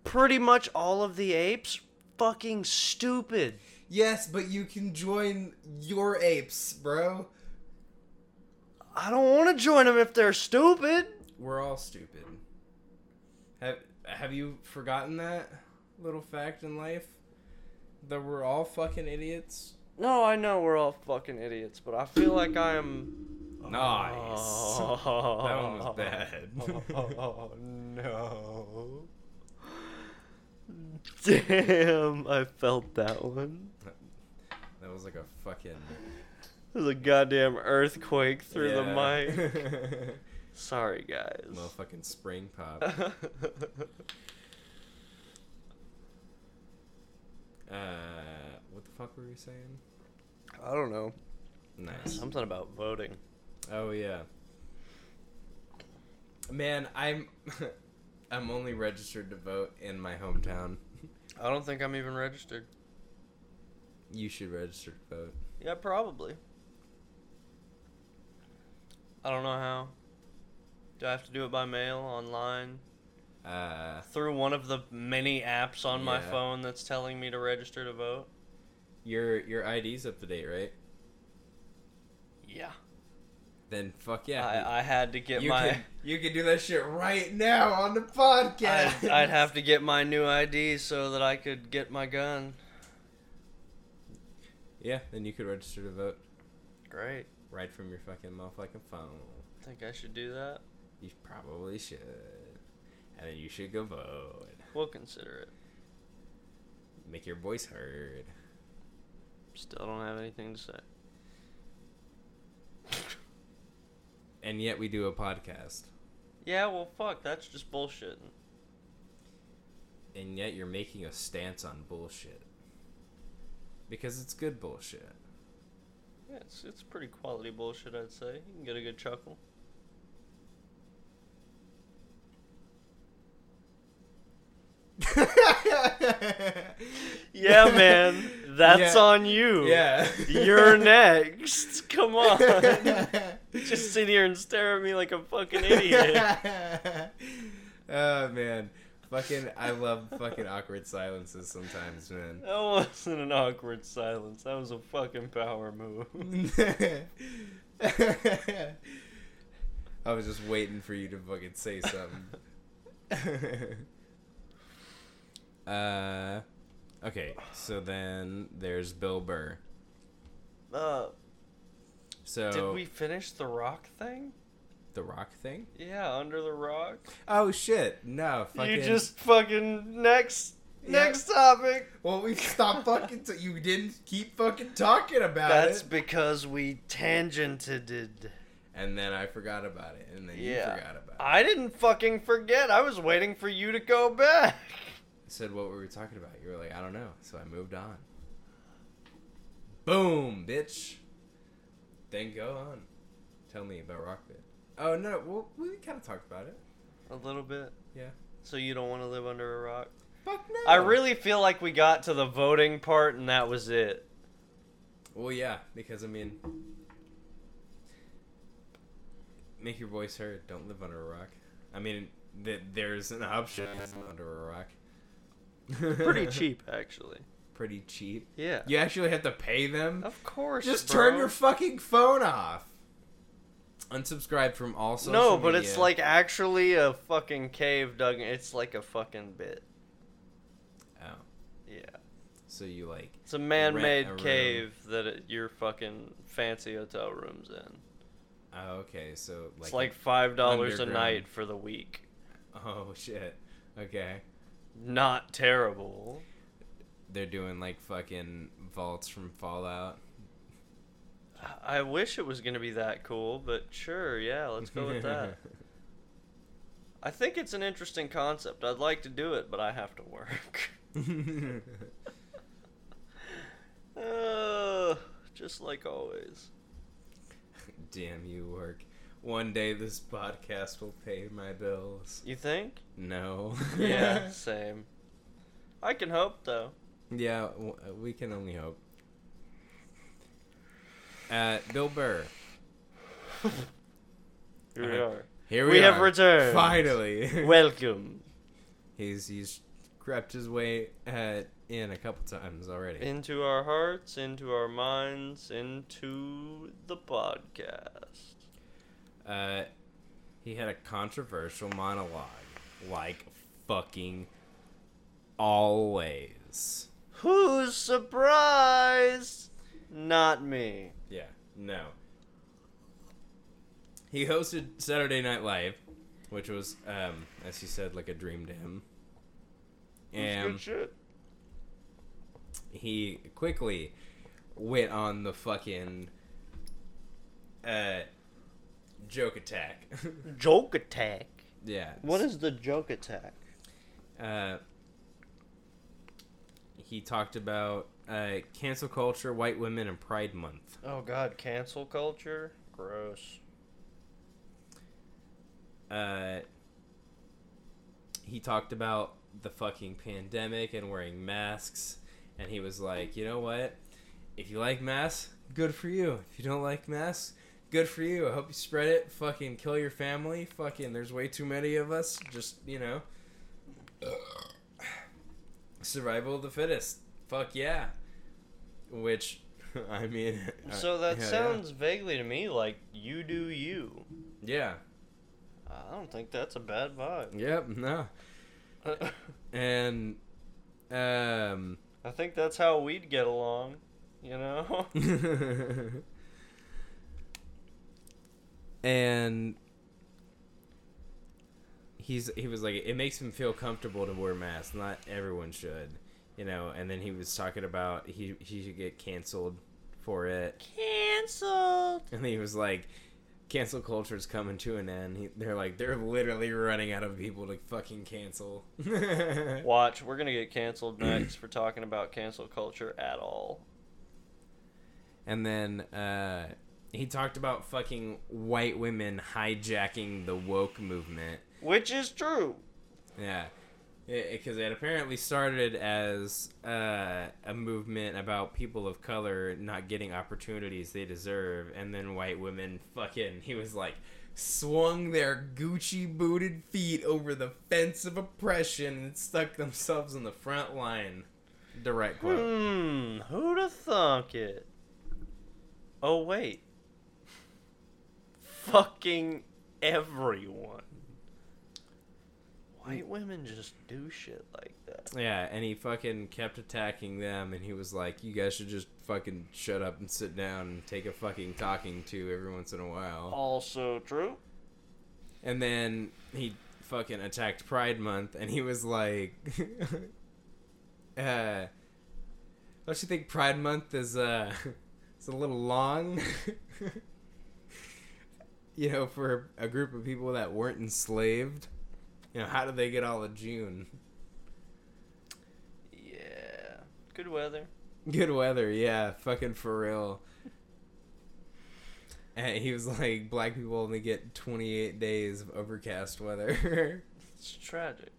pretty much all of the apes fucking stupid.
yes, but you can join your apes, bro.
I don't want to join them if they're stupid.
We're all stupid. Have Have you forgotten that little fact in life that we're all fucking idiots?
No, I know we're all fucking idiots, but I feel like I am.
Nice.
Oh. <laughs>
That one was bad.
oh no. Damn, I felt that one.
That was like a fucking
There's a goddamn earthquake through
Yeah.
the mic. Sorry, guys.
<laughs> Motherfucking spring
<laughs>
pop. Uh, what the fuck were you saying?
I don't know.
Nice.
Something about voting.
Oh yeah. Man, I'm <laughs> I'm only registered to vote in my hometown. <laughs>
I don't think I'm even registered.
You should register to vote.
Yeah, probably. I don't know how. Do I have to do it by mail, online,
Uh,
through one of the many apps on my
Yeah.
phone that's telling me to register to vote?
your your ID's up to date, right?
Yeah.
Then fuck yeah.
I, I had to get
you
my. <laughs>
can you can do that shit right now on the podcast.
I'd, I'd have to get my new ID so that I could get my gun.
Yeah, then you could register to vote
Great.
right from your fucking motherfucking phone.
Think I should do that?
You probably should. And then you should go vote.
We'll consider it.
Make your voice heard.
Still don't have anything to say.
And yet we do a podcast.
Yeah, well, fuck. That's just bullshitting.
and yet you're making a stance on bullshit because it's good bullshit.
<laughs>
<laughs>
Yeah, it's, it's pretty quality bullshit, I'd say. You can get a good chuckle. Yeah, man. That's
Yeah.
on you.
Yeah. <laughs>
You're next. Come on. <laughs> Just sit here and stare at me like a fucking idiot.
<laughs> oh man, fucking I love fucking awkward silences sometimes, man. <laughs>
That wasn't an awkward silence. That was a fucking power move.
I was just waiting for you to fucking say something. <laughs> uh, okay, so then there's Bill Burr.
Uh,
So
Did we finish the rock thing?
the Rock thing?
Yeah, under the rock.
Oh shit! No, fucking.
You just fucking next
Yeah.
next topic.
well, we <laughs> stopped fucking. T- you didn't keep fucking talking about
That's
it,
because we tangented. it.
and then I forgot about it, and then
Yeah.
you forgot about it.
I didn't fucking forget. I was waiting for you to go back.
I said what we were talking about. You were like, I don't know. So I moved on. Boom, bitch. Then go on. Tell me about Rockbit. Oh no, well we kind of talked about it.
A little bit.
Yeah.
So you don't want to live under a rock?
Fuck no.
I really feel like we got to the voting part and that was it.
Well, yeah, because I mean, make your voice heard. Don't live under a rock. I mean, th- there's an option to live under a rock. <laughs>
Pretty cheap, actually.
Pretty cheap.
Yeah.
You actually have to pay them.
Of course.
Just
bro.
turn your fucking phone off. Unsubscribe from all social
no, but
media.
it's like actually a fucking cave dug. It's like a fucking bit.
Oh,
Yeah.
so you like.
It's a man-made
a room.
cave that it, your fucking fancy hotel rooms in.
Oh, okay, so like.
it's like five dollars a
underground.
night for the week.
<laughs> Oh, shit. Okay.
Not terrible.
They're doing like fucking vaults from Fallout.
I- I wish it was gonna be that cool, but sure, yeah, let's go with
<laughs>
that. I think it's an interesting concept. I'd like to do it, but I have to work. <laughs>
<laughs>
uh, just like always.
Damn you, work. One day this podcast will pay my bills.
You think?
No.
Yeah, same. I can hope <laughs> though.
<laughs> yeah, w- we can only hope. Uh, Bill Burr.
Here we
Uh-huh.
are.
Here
We,
we,
have
are.
returned. <laughs>
Finally. <laughs>
Welcome.
he's he's crept his way uh, in a couple times already.
Into our hearts, into our minds, into the podcast.
uh, he had a controversial monologue, like fucking always.
Who's surprised? Not me.
Yeah, no. He hosted Saturday Night Live, which was, um, as he said, like a dream to him.
It's
And
good shit.
he quickly went on the fucking uh, joke attack. <laughs>
Joke attack.
yeah.
What is the joke attack?
uh, he talked about uh, cancel culture, white women, and Pride Month.
Oh God, cancel culture. Gross.
Uh, he talked about the fucking pandemic and wearing masks, and he was like, you know what? If you like masks, good for you. If you don't like masks, good for you. I hope you spread it. Fucking kill your family. Fucking, there's way too many of us. Just you know, <sighs> survival of the fittest. Fuck yeah. Which, <laughs> I mean, uh, <laughs>
So that
yeah, yeah.
sounds vaguely to me like you do you.
yeah.
I don't think that's a bad
<laughs>
vibe.
Yep. No. And um.
I think that's how we'd get along,
<laughs>
you know?
<laughs> and he's he was like it makes him feel comfortable to wear masks not everyone should you know and then he was talking about he he should get canceled for it
Cancelled.
and he was like cancel culture's coming to an end he, they're like they're literally running out of people to fucking cancel <laughs>
Watch, we're gonna get canceled next for talking about cancel culture at all.
And then uh, he talked about fucking white women hijacking the woke movement.
Which is true.
Yeah. Because it apparently started as uh, a movement about people of color not getting opportunities they deserve, and then white women fucking, he was like, swung their Gucci booted feet over the fence of oppression and stuck themselves in the front line. Direct
<laughs>
quote.
Hmm, who'd have thunk it? Oh wait. Fucking everyone. White women just do shit like that.
Yeah, and he fucking kept attacking them, and he was like, "You guys should just fucking shut up and sit down and take a fucking talking to every once in a while."
Also true.
And then he fucking attacked Pride Month, and he was like, <laughs> "Uh, don't you think Pride Month is uh, <laughs> it's a little long?" <laughs> You know, for a group of people that weren't enslaved, you know, how did they get all of June? <laughs>
Yeah. Good weather.
Good weather, yeah, fucking for real. And he was like, black people only get 28 days of overcast weather. <laughs>
It's tragic.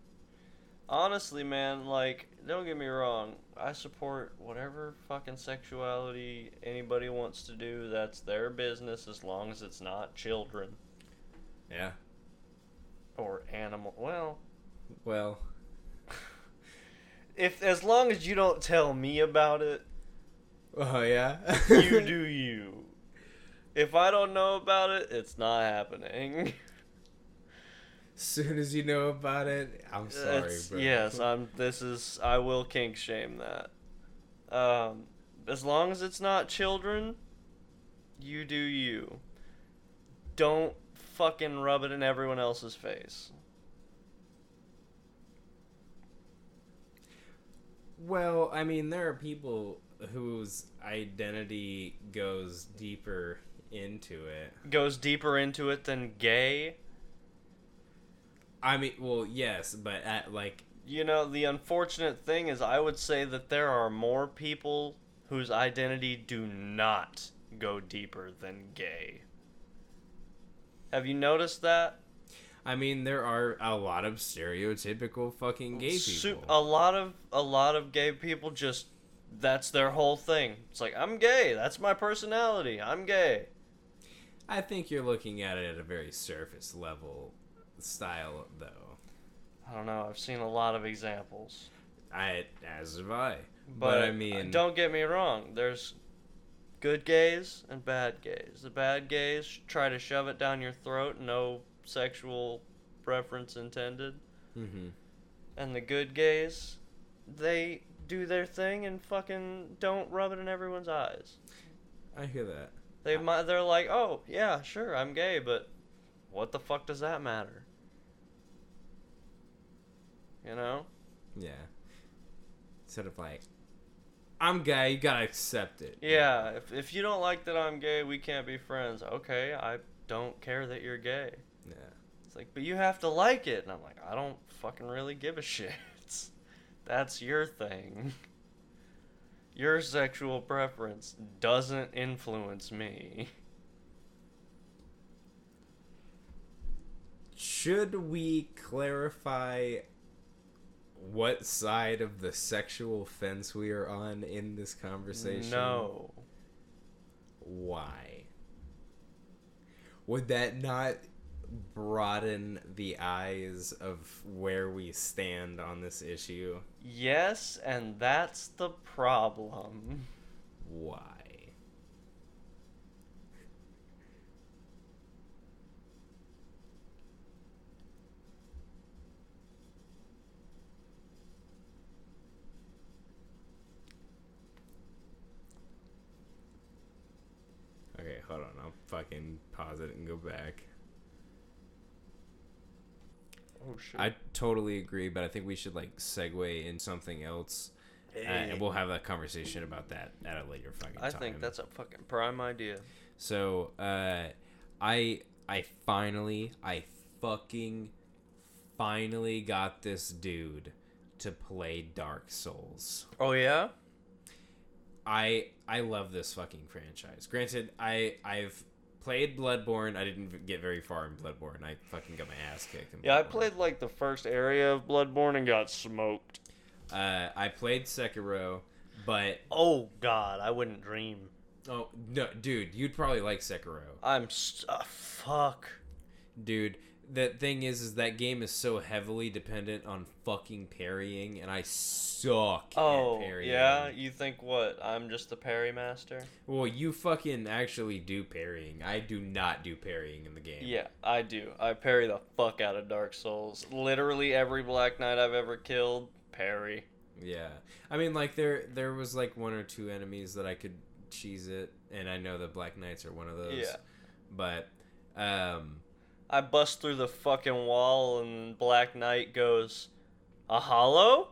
Honestly, man, like, don't get me wrong. I support whatever fucking sexuality anybody wants to do. That's their business as long as it's not children
yeah.
or animal. Well,
Well,
if as long as you don't tell me about it,
oh yeah. <laughs>
you do you. If I don't know about it, it's not happening.
Soon as you know about it,
<laughs>
I'm sorry,
It's-
bro.
Yes, I'm. This is. I will kink shame that. Um, as long as it's not children, you do you. Don't fucking rub it in everyone else's face.
Well, I mean, there are people whose identity goes deeper into it.
Goes deeper into it than gay.
I mean, well, yes, but at like,
You know, the unfortunate thing is, I would say that there are more people whose identity do not go deeper than gay. Have you noticed that?
I mean, there are a lot of stereotypical fucking gay people.
Su- uh, a lot of a lot of gay people just that's their whole thing. It's like I'm gay. That's my personality. I'm gay.
I think you're looking at it at a very surface level style, though.
I don't know. I've seen a lot of examples,
I as have I,
but, uh,
but, I mean,
don't get me wrong. There's good gays and bad gays. The bad gays sh- try to shove it down your throat. No sexual preference intended. Mm-hmm.
Mhm.
And the good gays, they do their thing and fucking don't rub it in everyone's eyes.
I hear that.
They might, they're like, oh yeah, sure, I'm gay, but what the fuck does that matter? You know,
Yeah. Sort of like, I'm gay. You gotta accept it.
Yeah, if, if you don't like that I'm gay, we can't be friends. Okay, I don't care that you're gay.
Yeah.
It's like, but you have to like it. And I'm like, I don't fucking really give a <laughs> shit. That's your thing. <laughs> Your sexual preference doesn't influence me.
Should we clarify what side of the sexual fence we are on in this conversation?
No.
Why? Would that not broaden the eyes of where we stand on this issue?
Yes, and that's the problem.
Why? Okay, hold on. I'll fucking pause it and go back.
Oh shit.
I totally agree, but I think we should like segue in something else, uh, and we'll have that conversation about that at a later fucking
I
time.
think that's a fucking prime idea.
so. Uh, I I finally I fucking finally got this dude to play Dark Souls.
Oh yeah?
I I love this fucking franchise. Granted, I I've played Bloodborne. I didn't get very far in Bloodborne. I fucking got my ass kicked. In
Yeah, I
Bloodborne.
played like the first area of Bloodborne and got smoked.
Uh, I played Sekiro, but
Oh god, I wouldn't dream.
Oh no, dude, you'd probably like Sekiro.
I'm st- uh, fuck.
Dude, the thing is is that game is so heavily dependent on fucking parrying and I suck
Oh
at parrying.
yeah, you think what? I'm just the parry master.
Well, you fucking actually do parrying. I do not do parrying in the game.
Yeah, I do. I parry the fuck out of Dark Souls. Literally every Black Knight I've ever killed, parry.
Yeah. I mean like there there was like one or two enemies that I could cheese it and I know the Black Knights are one of those.
Yeah.
But um
I bust through the fucking wall, and Black Knight goes, "A hollow,"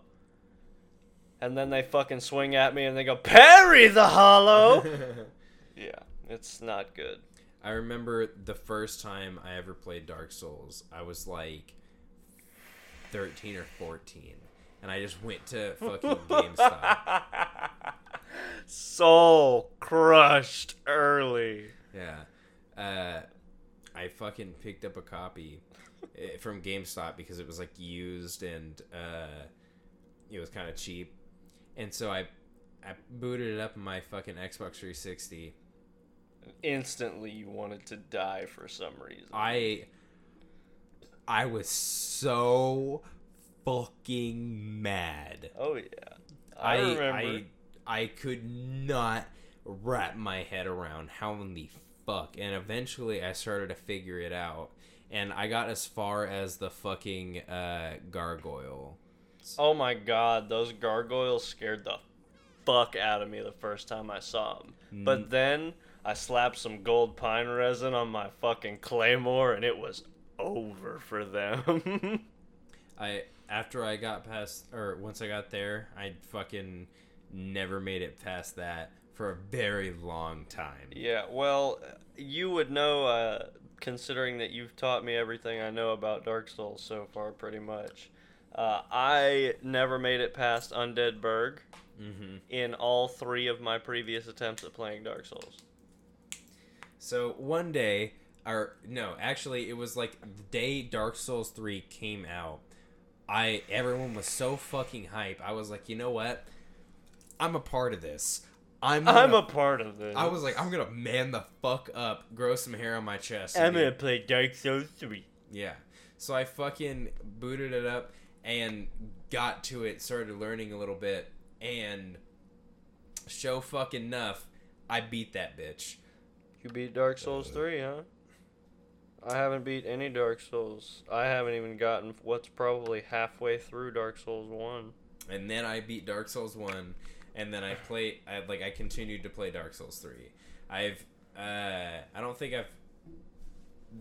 and then they fucking swing at me, and they go, "Parry the hollow."
<laughs>
yeah, it's not good.
I remember the first time I ever played Dark Souls, I was like 13 or 14. And I just went to fucking GameStop.
Soul crushed early.
Yeah. Uh, I fucking picked up a copy eh, from GameStop because it was like used and uh, it was kind of cheap. And so I, I booted it up in my fucking Xbox 360.
Instantly, you wanted to die for some reason.
I I was so fucking mad.
oh yeah,
I
I, remember.
I I could not wrap my head around how in the fuck. And eventually, I started to figure it out, and I got as far as the fucking uh, gargoyle.
Oh my god, those gargoyles scared the fuck out of me the first time I saw them.
Hmm.
But then I slapped some gold pine resin on my fucking claymore and it was over for them. <laughs>
I after I got past, or once I got there, I fucking never made it past that for a very long time.
yeah, well, you would know uh, considering that you've taught me everything I know about Dark Souls so far, pretty much. Uh, I never made it past Undead Burg
hmm
in all three of my previous attempts at playing Dark Souls.
So one day, or no, actually, it was like the day Dark Souls three came out. I everyone was so fucking hype. I was like, you know what? I'm a part of this. I'm. Gonna,
I'm a part of this.
I was like, I'm gonna man the fuck up, grow some hair on my chest.
I'm
and
gonna play Dark Souls 3.
yeah. So I fucking booted it up and got to it, started learning a little bit, and show fucking enough, I beat that bitch.
You beat Dark Souls
Uh,
3, huh? I haven't beat any Dark Souls. I haven't even gotten what's probably halfway through Dark Souls 1.
and then I beat Dark Souls one, and then I play. I like I continued to play Dark Souls three. I've uh, I don't think I've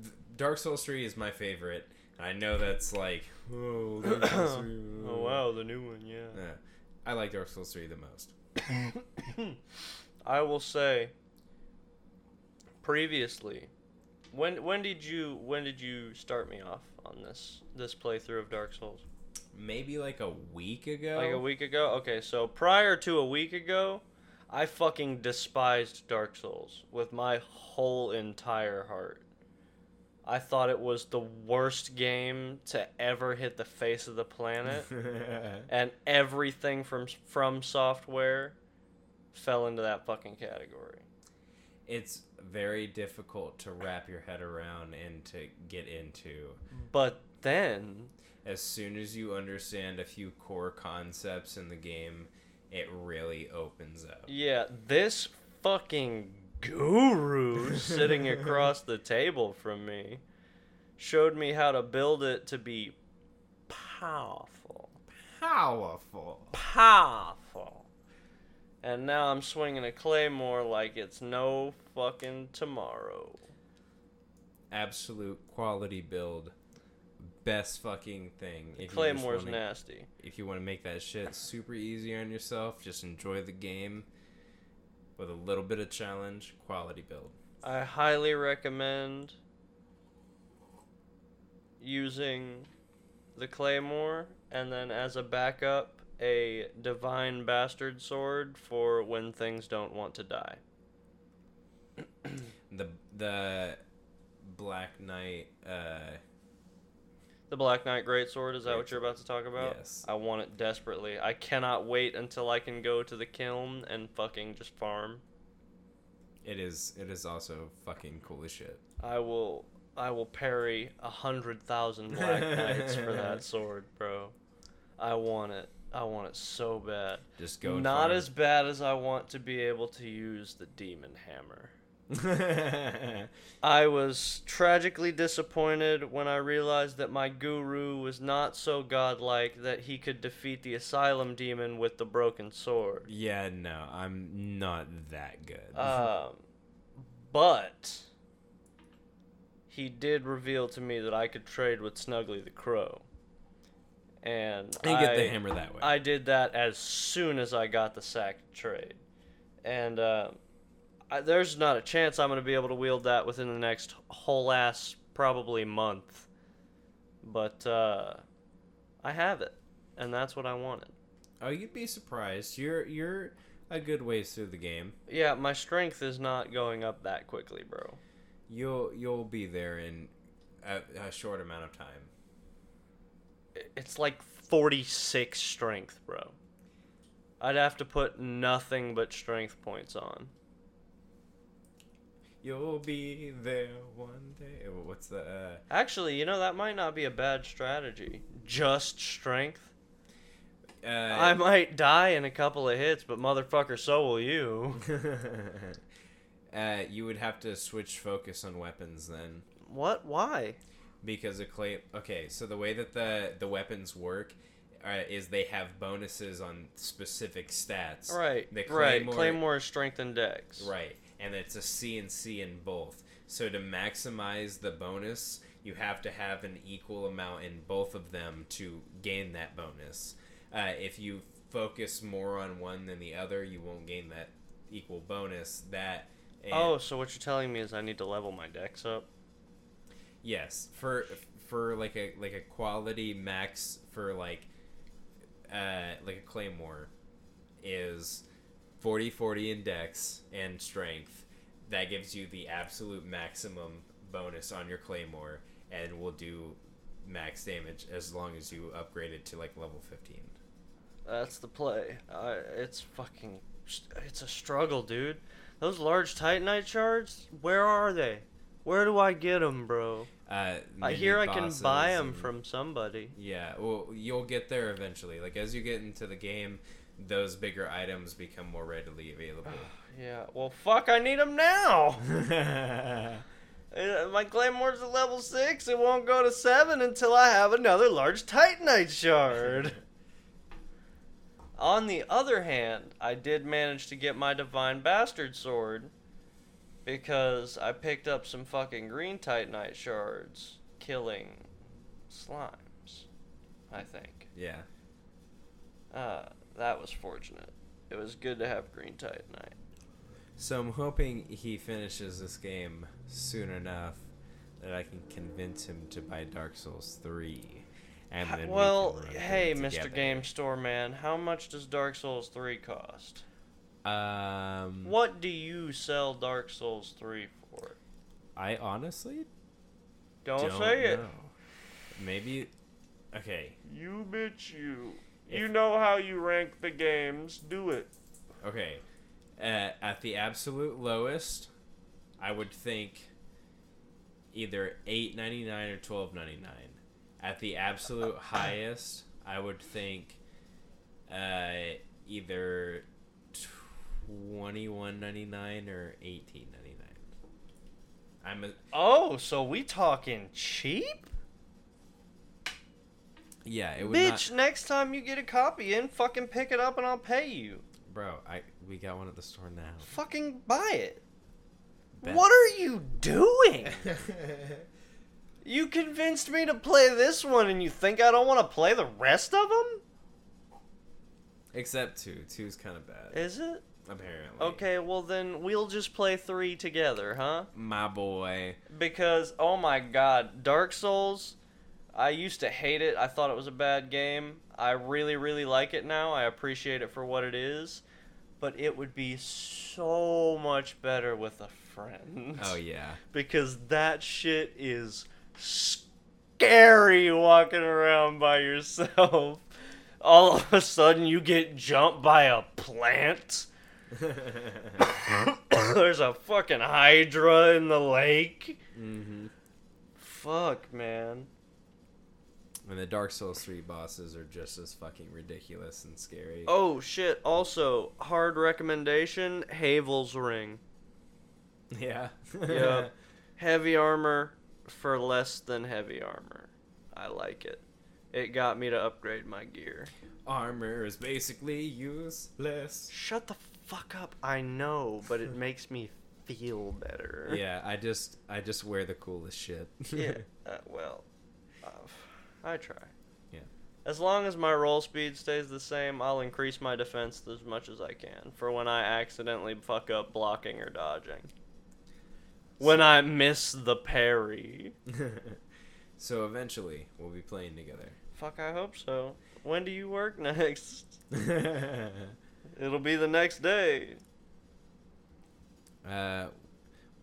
th- Dark Souls three is my favorite. I know that's like oh, Dark Souls 3,
<coughs> Oh, wow, the new one, yeah.
uh, I liked Dark Souls 3 the most.
<coughs> I will say previously when when did you when did you start me off on this this playthrough of Dark Souls?
Maybe like a week ago.
Like a week ago? Okay, so prior to a week ago, I fucking despised Dark Souls with my whole entire heart. I thought it was the worst game to ever hit the face of the planet. and everything from from software fell into that fucking category.
<laughs> it's very difficult to wrap your head around and to get into.
But then
As soon as you understand a few core concepts in the game, it really opens up.
Yeah, this fucking guru <laughs> sitting across the table from me showed me how to build it to be powerful.
Powerful.
Powerful. And now I'm swinging a claymore like it's no fucking tomorrow.
Absolute quality build. Best fucking thing. If
Claymore's
want
nasty.
if you want to make that shit super easy on yourself, just enjoy the game with a little bit of challenge, quality build.
I highly recommend using the claymore and then as a backup a divine bastard sword for when things don't want to die.
The the Black Knight uh
The Black Knight Greatsword, is that what you're about to talk about?
yes.
I want it desperately. I cannot wait until I can go to the kiln and fucking just farm.
It is it is also fucking cool as shit.
I will I will parry a hundred thousand black knights for that sword, bro. I want it. I want it so bad.
Just go and
Not
farm.
as bad as I want to be able to use the demon hammer.
<laughs>
I was tragically disappointed when I realized that my guru was not so godlike that he could defeat the asylum demon with the broken sword.
yeah, no, I'm not that good.
Um, but he did reveal to me that I could trade with Snuggly the Crow, and
and get the
I-
hammer that way.
I did that as soon as I got the sack trade, and uh, I, there's not a chance I'm gonna be able to wield that within the next whole ass probably month. But uh, I have it, and that's what I wanted.
oh, you'd be surprised. You're you're a good ways through the game.
Yeah, my strength is not going up that quickly, bro.
You'll you'll be there in a, a short amount of time.
I- It's like 46 strength, bro. I'd have to put nothing but strength points on.
You'll be there one day. Oh, What's the uh,
Actually, you know that might not be a bad strategy. Just strength.
uh
I might die in a couple of hits, but motherfucker, so will you.
<laughs> uh, you would have to switch focus on weapons then
What? Why?
because a clay. Okay, so the way that the the weapons work uh, is they have bonuses on specific stats.
Right.
The
right.
claymore-
Claymore is strength and dex.
Right, and it's a C and C in both. So to maximize the bonus, you have to have an equal amount in both of them to gain that bonus. Uh, if you focus more on one than the other, you won't gain that equal bonus. That and
Oh, so what you're telling me is I need to level my dex up?
yes, for for like a like a quality max for like uh like a claymore is 40 40 in dex and strength that gives you the absolute maximum bonus on your claymore and will do max damage as long as you upgrade it to like level 15
That's the play. I it's fucking. It's a struggle, dude. Those large titanite shards, where are they? Where do I get them, bro?
uh
I hear I can
mini-bosses
buy them
and-
from somebody.
yeah well you'll get there eventually like as you get into the game those bigger items become more readily available
Yeah, well, fuck, I need
<laughs>
them now!
yeah,
Uh, My Claymore's at level 6, it won't go to 7 until I have another large
<laughs>
titanite <laughs> shard! On the other hand, I did manage to get my Divine Bastard Sword because I picked up some fucking green Titanite shards killing slimes, I think. Uh, that was fortunate. It was good to have green tie at night.
So I'm hoping he finishes this game soon enough that I can convince him to buy Dark Souls 3. And
Ha-
then we
well,
can run
hey,
through it
Mr.
together.
Game Store man, how much does Dark Souls 3 cost?
Um,
What do you sell Dark Souls 3 for?
I honestly
Don't, say it.
know. Maybe. Okay.
You bitch, you. You
If-
know how you rank the games. Do it.
Okay. At, at the absolute lowest, I would think either eight ninety nine or twelve ninety nine. At the
<coughs>
absolute highest, I would think uh, either twenty one ninety nine or eighteen ninety nine. I'm a,
Oh, so we talking cheap?
yeah. It would
Bitch,
not,
next time you get a copy in, fucking pick it up and I'll pay you.
bro. I we got one at the store now.
Fucking buy it.
Bet.
What are you
<laughs>
doing? <laughs> you convinced me to play this one and you think I don't want to play the rest of them?
Except two. Two's kind of bad.
Is it?
Apparently.
Okay, well then we'll just play 3 together, huh?
My boy.
because oh my god dark souls i used to hate it i thought it was a bad game i really really like it now i appreciate it for what it is but it would be so much better with a friend
Oh yeah.
<laughs> because that shit is scary walking around by yourself <laughs> all of a sudden you get jumped by a plant <coughs> Mm-hmm. there's a fucking hydra in the lake
hmm
Fuck, man.
And the Dark Souls 3 bosses are just as fucking ridiculous and scary.
Oh shit! Also, hard recommendation: Havel's ring,
Yeah.
<laughs> Yeah. heavy armor for less than heavy armor. I like it. It got me to upgrade my gear.
<laughs> Armor is basically useless.
Shut the fuck up. I know, but
<laughs>
it makes me feel better.
Yeah, I just I just wear the coolest shit.
<laughs>
<laughs>
yeah. Uh, well, uh, I try.
Yeah.
As long as my roll speed stays the same, I'll increase my defense as much as I can for when I accidentally fuck up blocking or dodging. When I miss the parry.
<laughs> so eventually we'll be playing
<laughs> Fuck, I hope so. When do you work <laughs> next?
together.
It'll be the next day.
uh,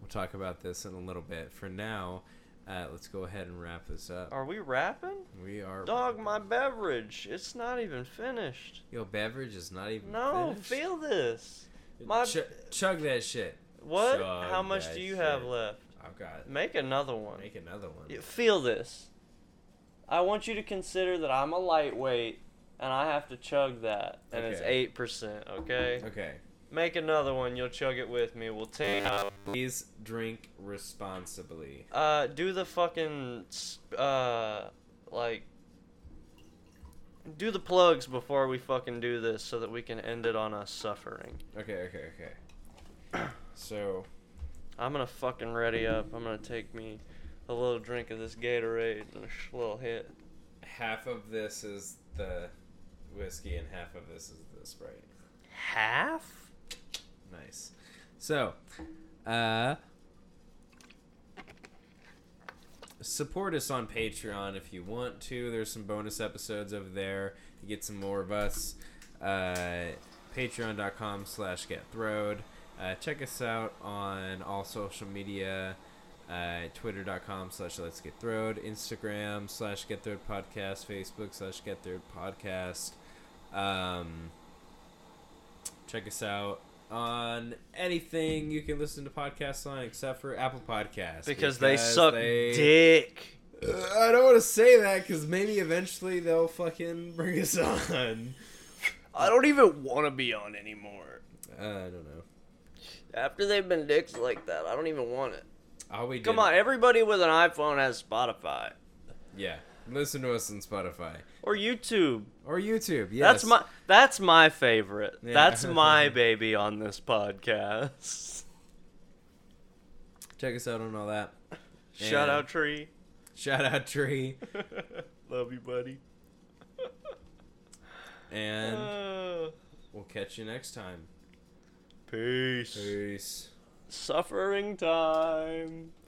we'll talk about this in a little bit. For now, uh, let's go ahead and wrap this up.
Are we rapping?
We are
Dog, my beverage. It's not even finished.
Yo, beverage is not even
No,
finished.
feel this. my-
Chug- chug that shit.
What?
Chug
How much
that
do you have
shit.
left?
I've got
Make another one.
Make another one.
Yeah, Feel this. I want you to consider that I'm a lightweight and I have to chug that, and it's
Okay.
eight percent. Okay.
Okay.
Make another one. You'll chug it with me. We'll team up.
Please drink responsibly.
Uh, do the fucking s- uh, like. Do the plugs before we fucking do this, so that we can end it on us suffering.
Okay, okay, okay. <clears throat> So,
I'm gonna fucking ready up. I'm gonna take me a little drink of this Gatorade and a sh- little hit.
half of this is the whiskey and half of this is the Sprite.
Half?
Nice. So, uh support us on Patreon if you want to. There's some bonus episodes over there. You get some more of us. Uh patreon.com slash get throwed. Uh, check us out on all social media. Uh, twitter.com slash let's get throwed instagram slash get throwed podcast facebook slash get throwed podcast um, check us out on anything you can listen to podcasts on except for apple podcasts
Because they suck
they-
dick.
Uh, i don't want to say that because maybe eventually they'll fucking bring us on <laughs>
I don't even want to be on anymore.
uh, i don't know
After they've been dicks like that, I don't even want it.
all we
Come
did-
on, everybody with an iPhone has Spotify
yeah listen to us on spotify
or YouTube.
or youtube yes.
That's my that's my favorite.
Yeah. <laughs>
That's my baby on this podcast.
check us out on all that
Shout
Yeah.
out
<laughs>
Tree.
shout out tree
Love you, buddy.
And
Uh,
we'll catch you next time.
peace.
Peace.
Suffering time.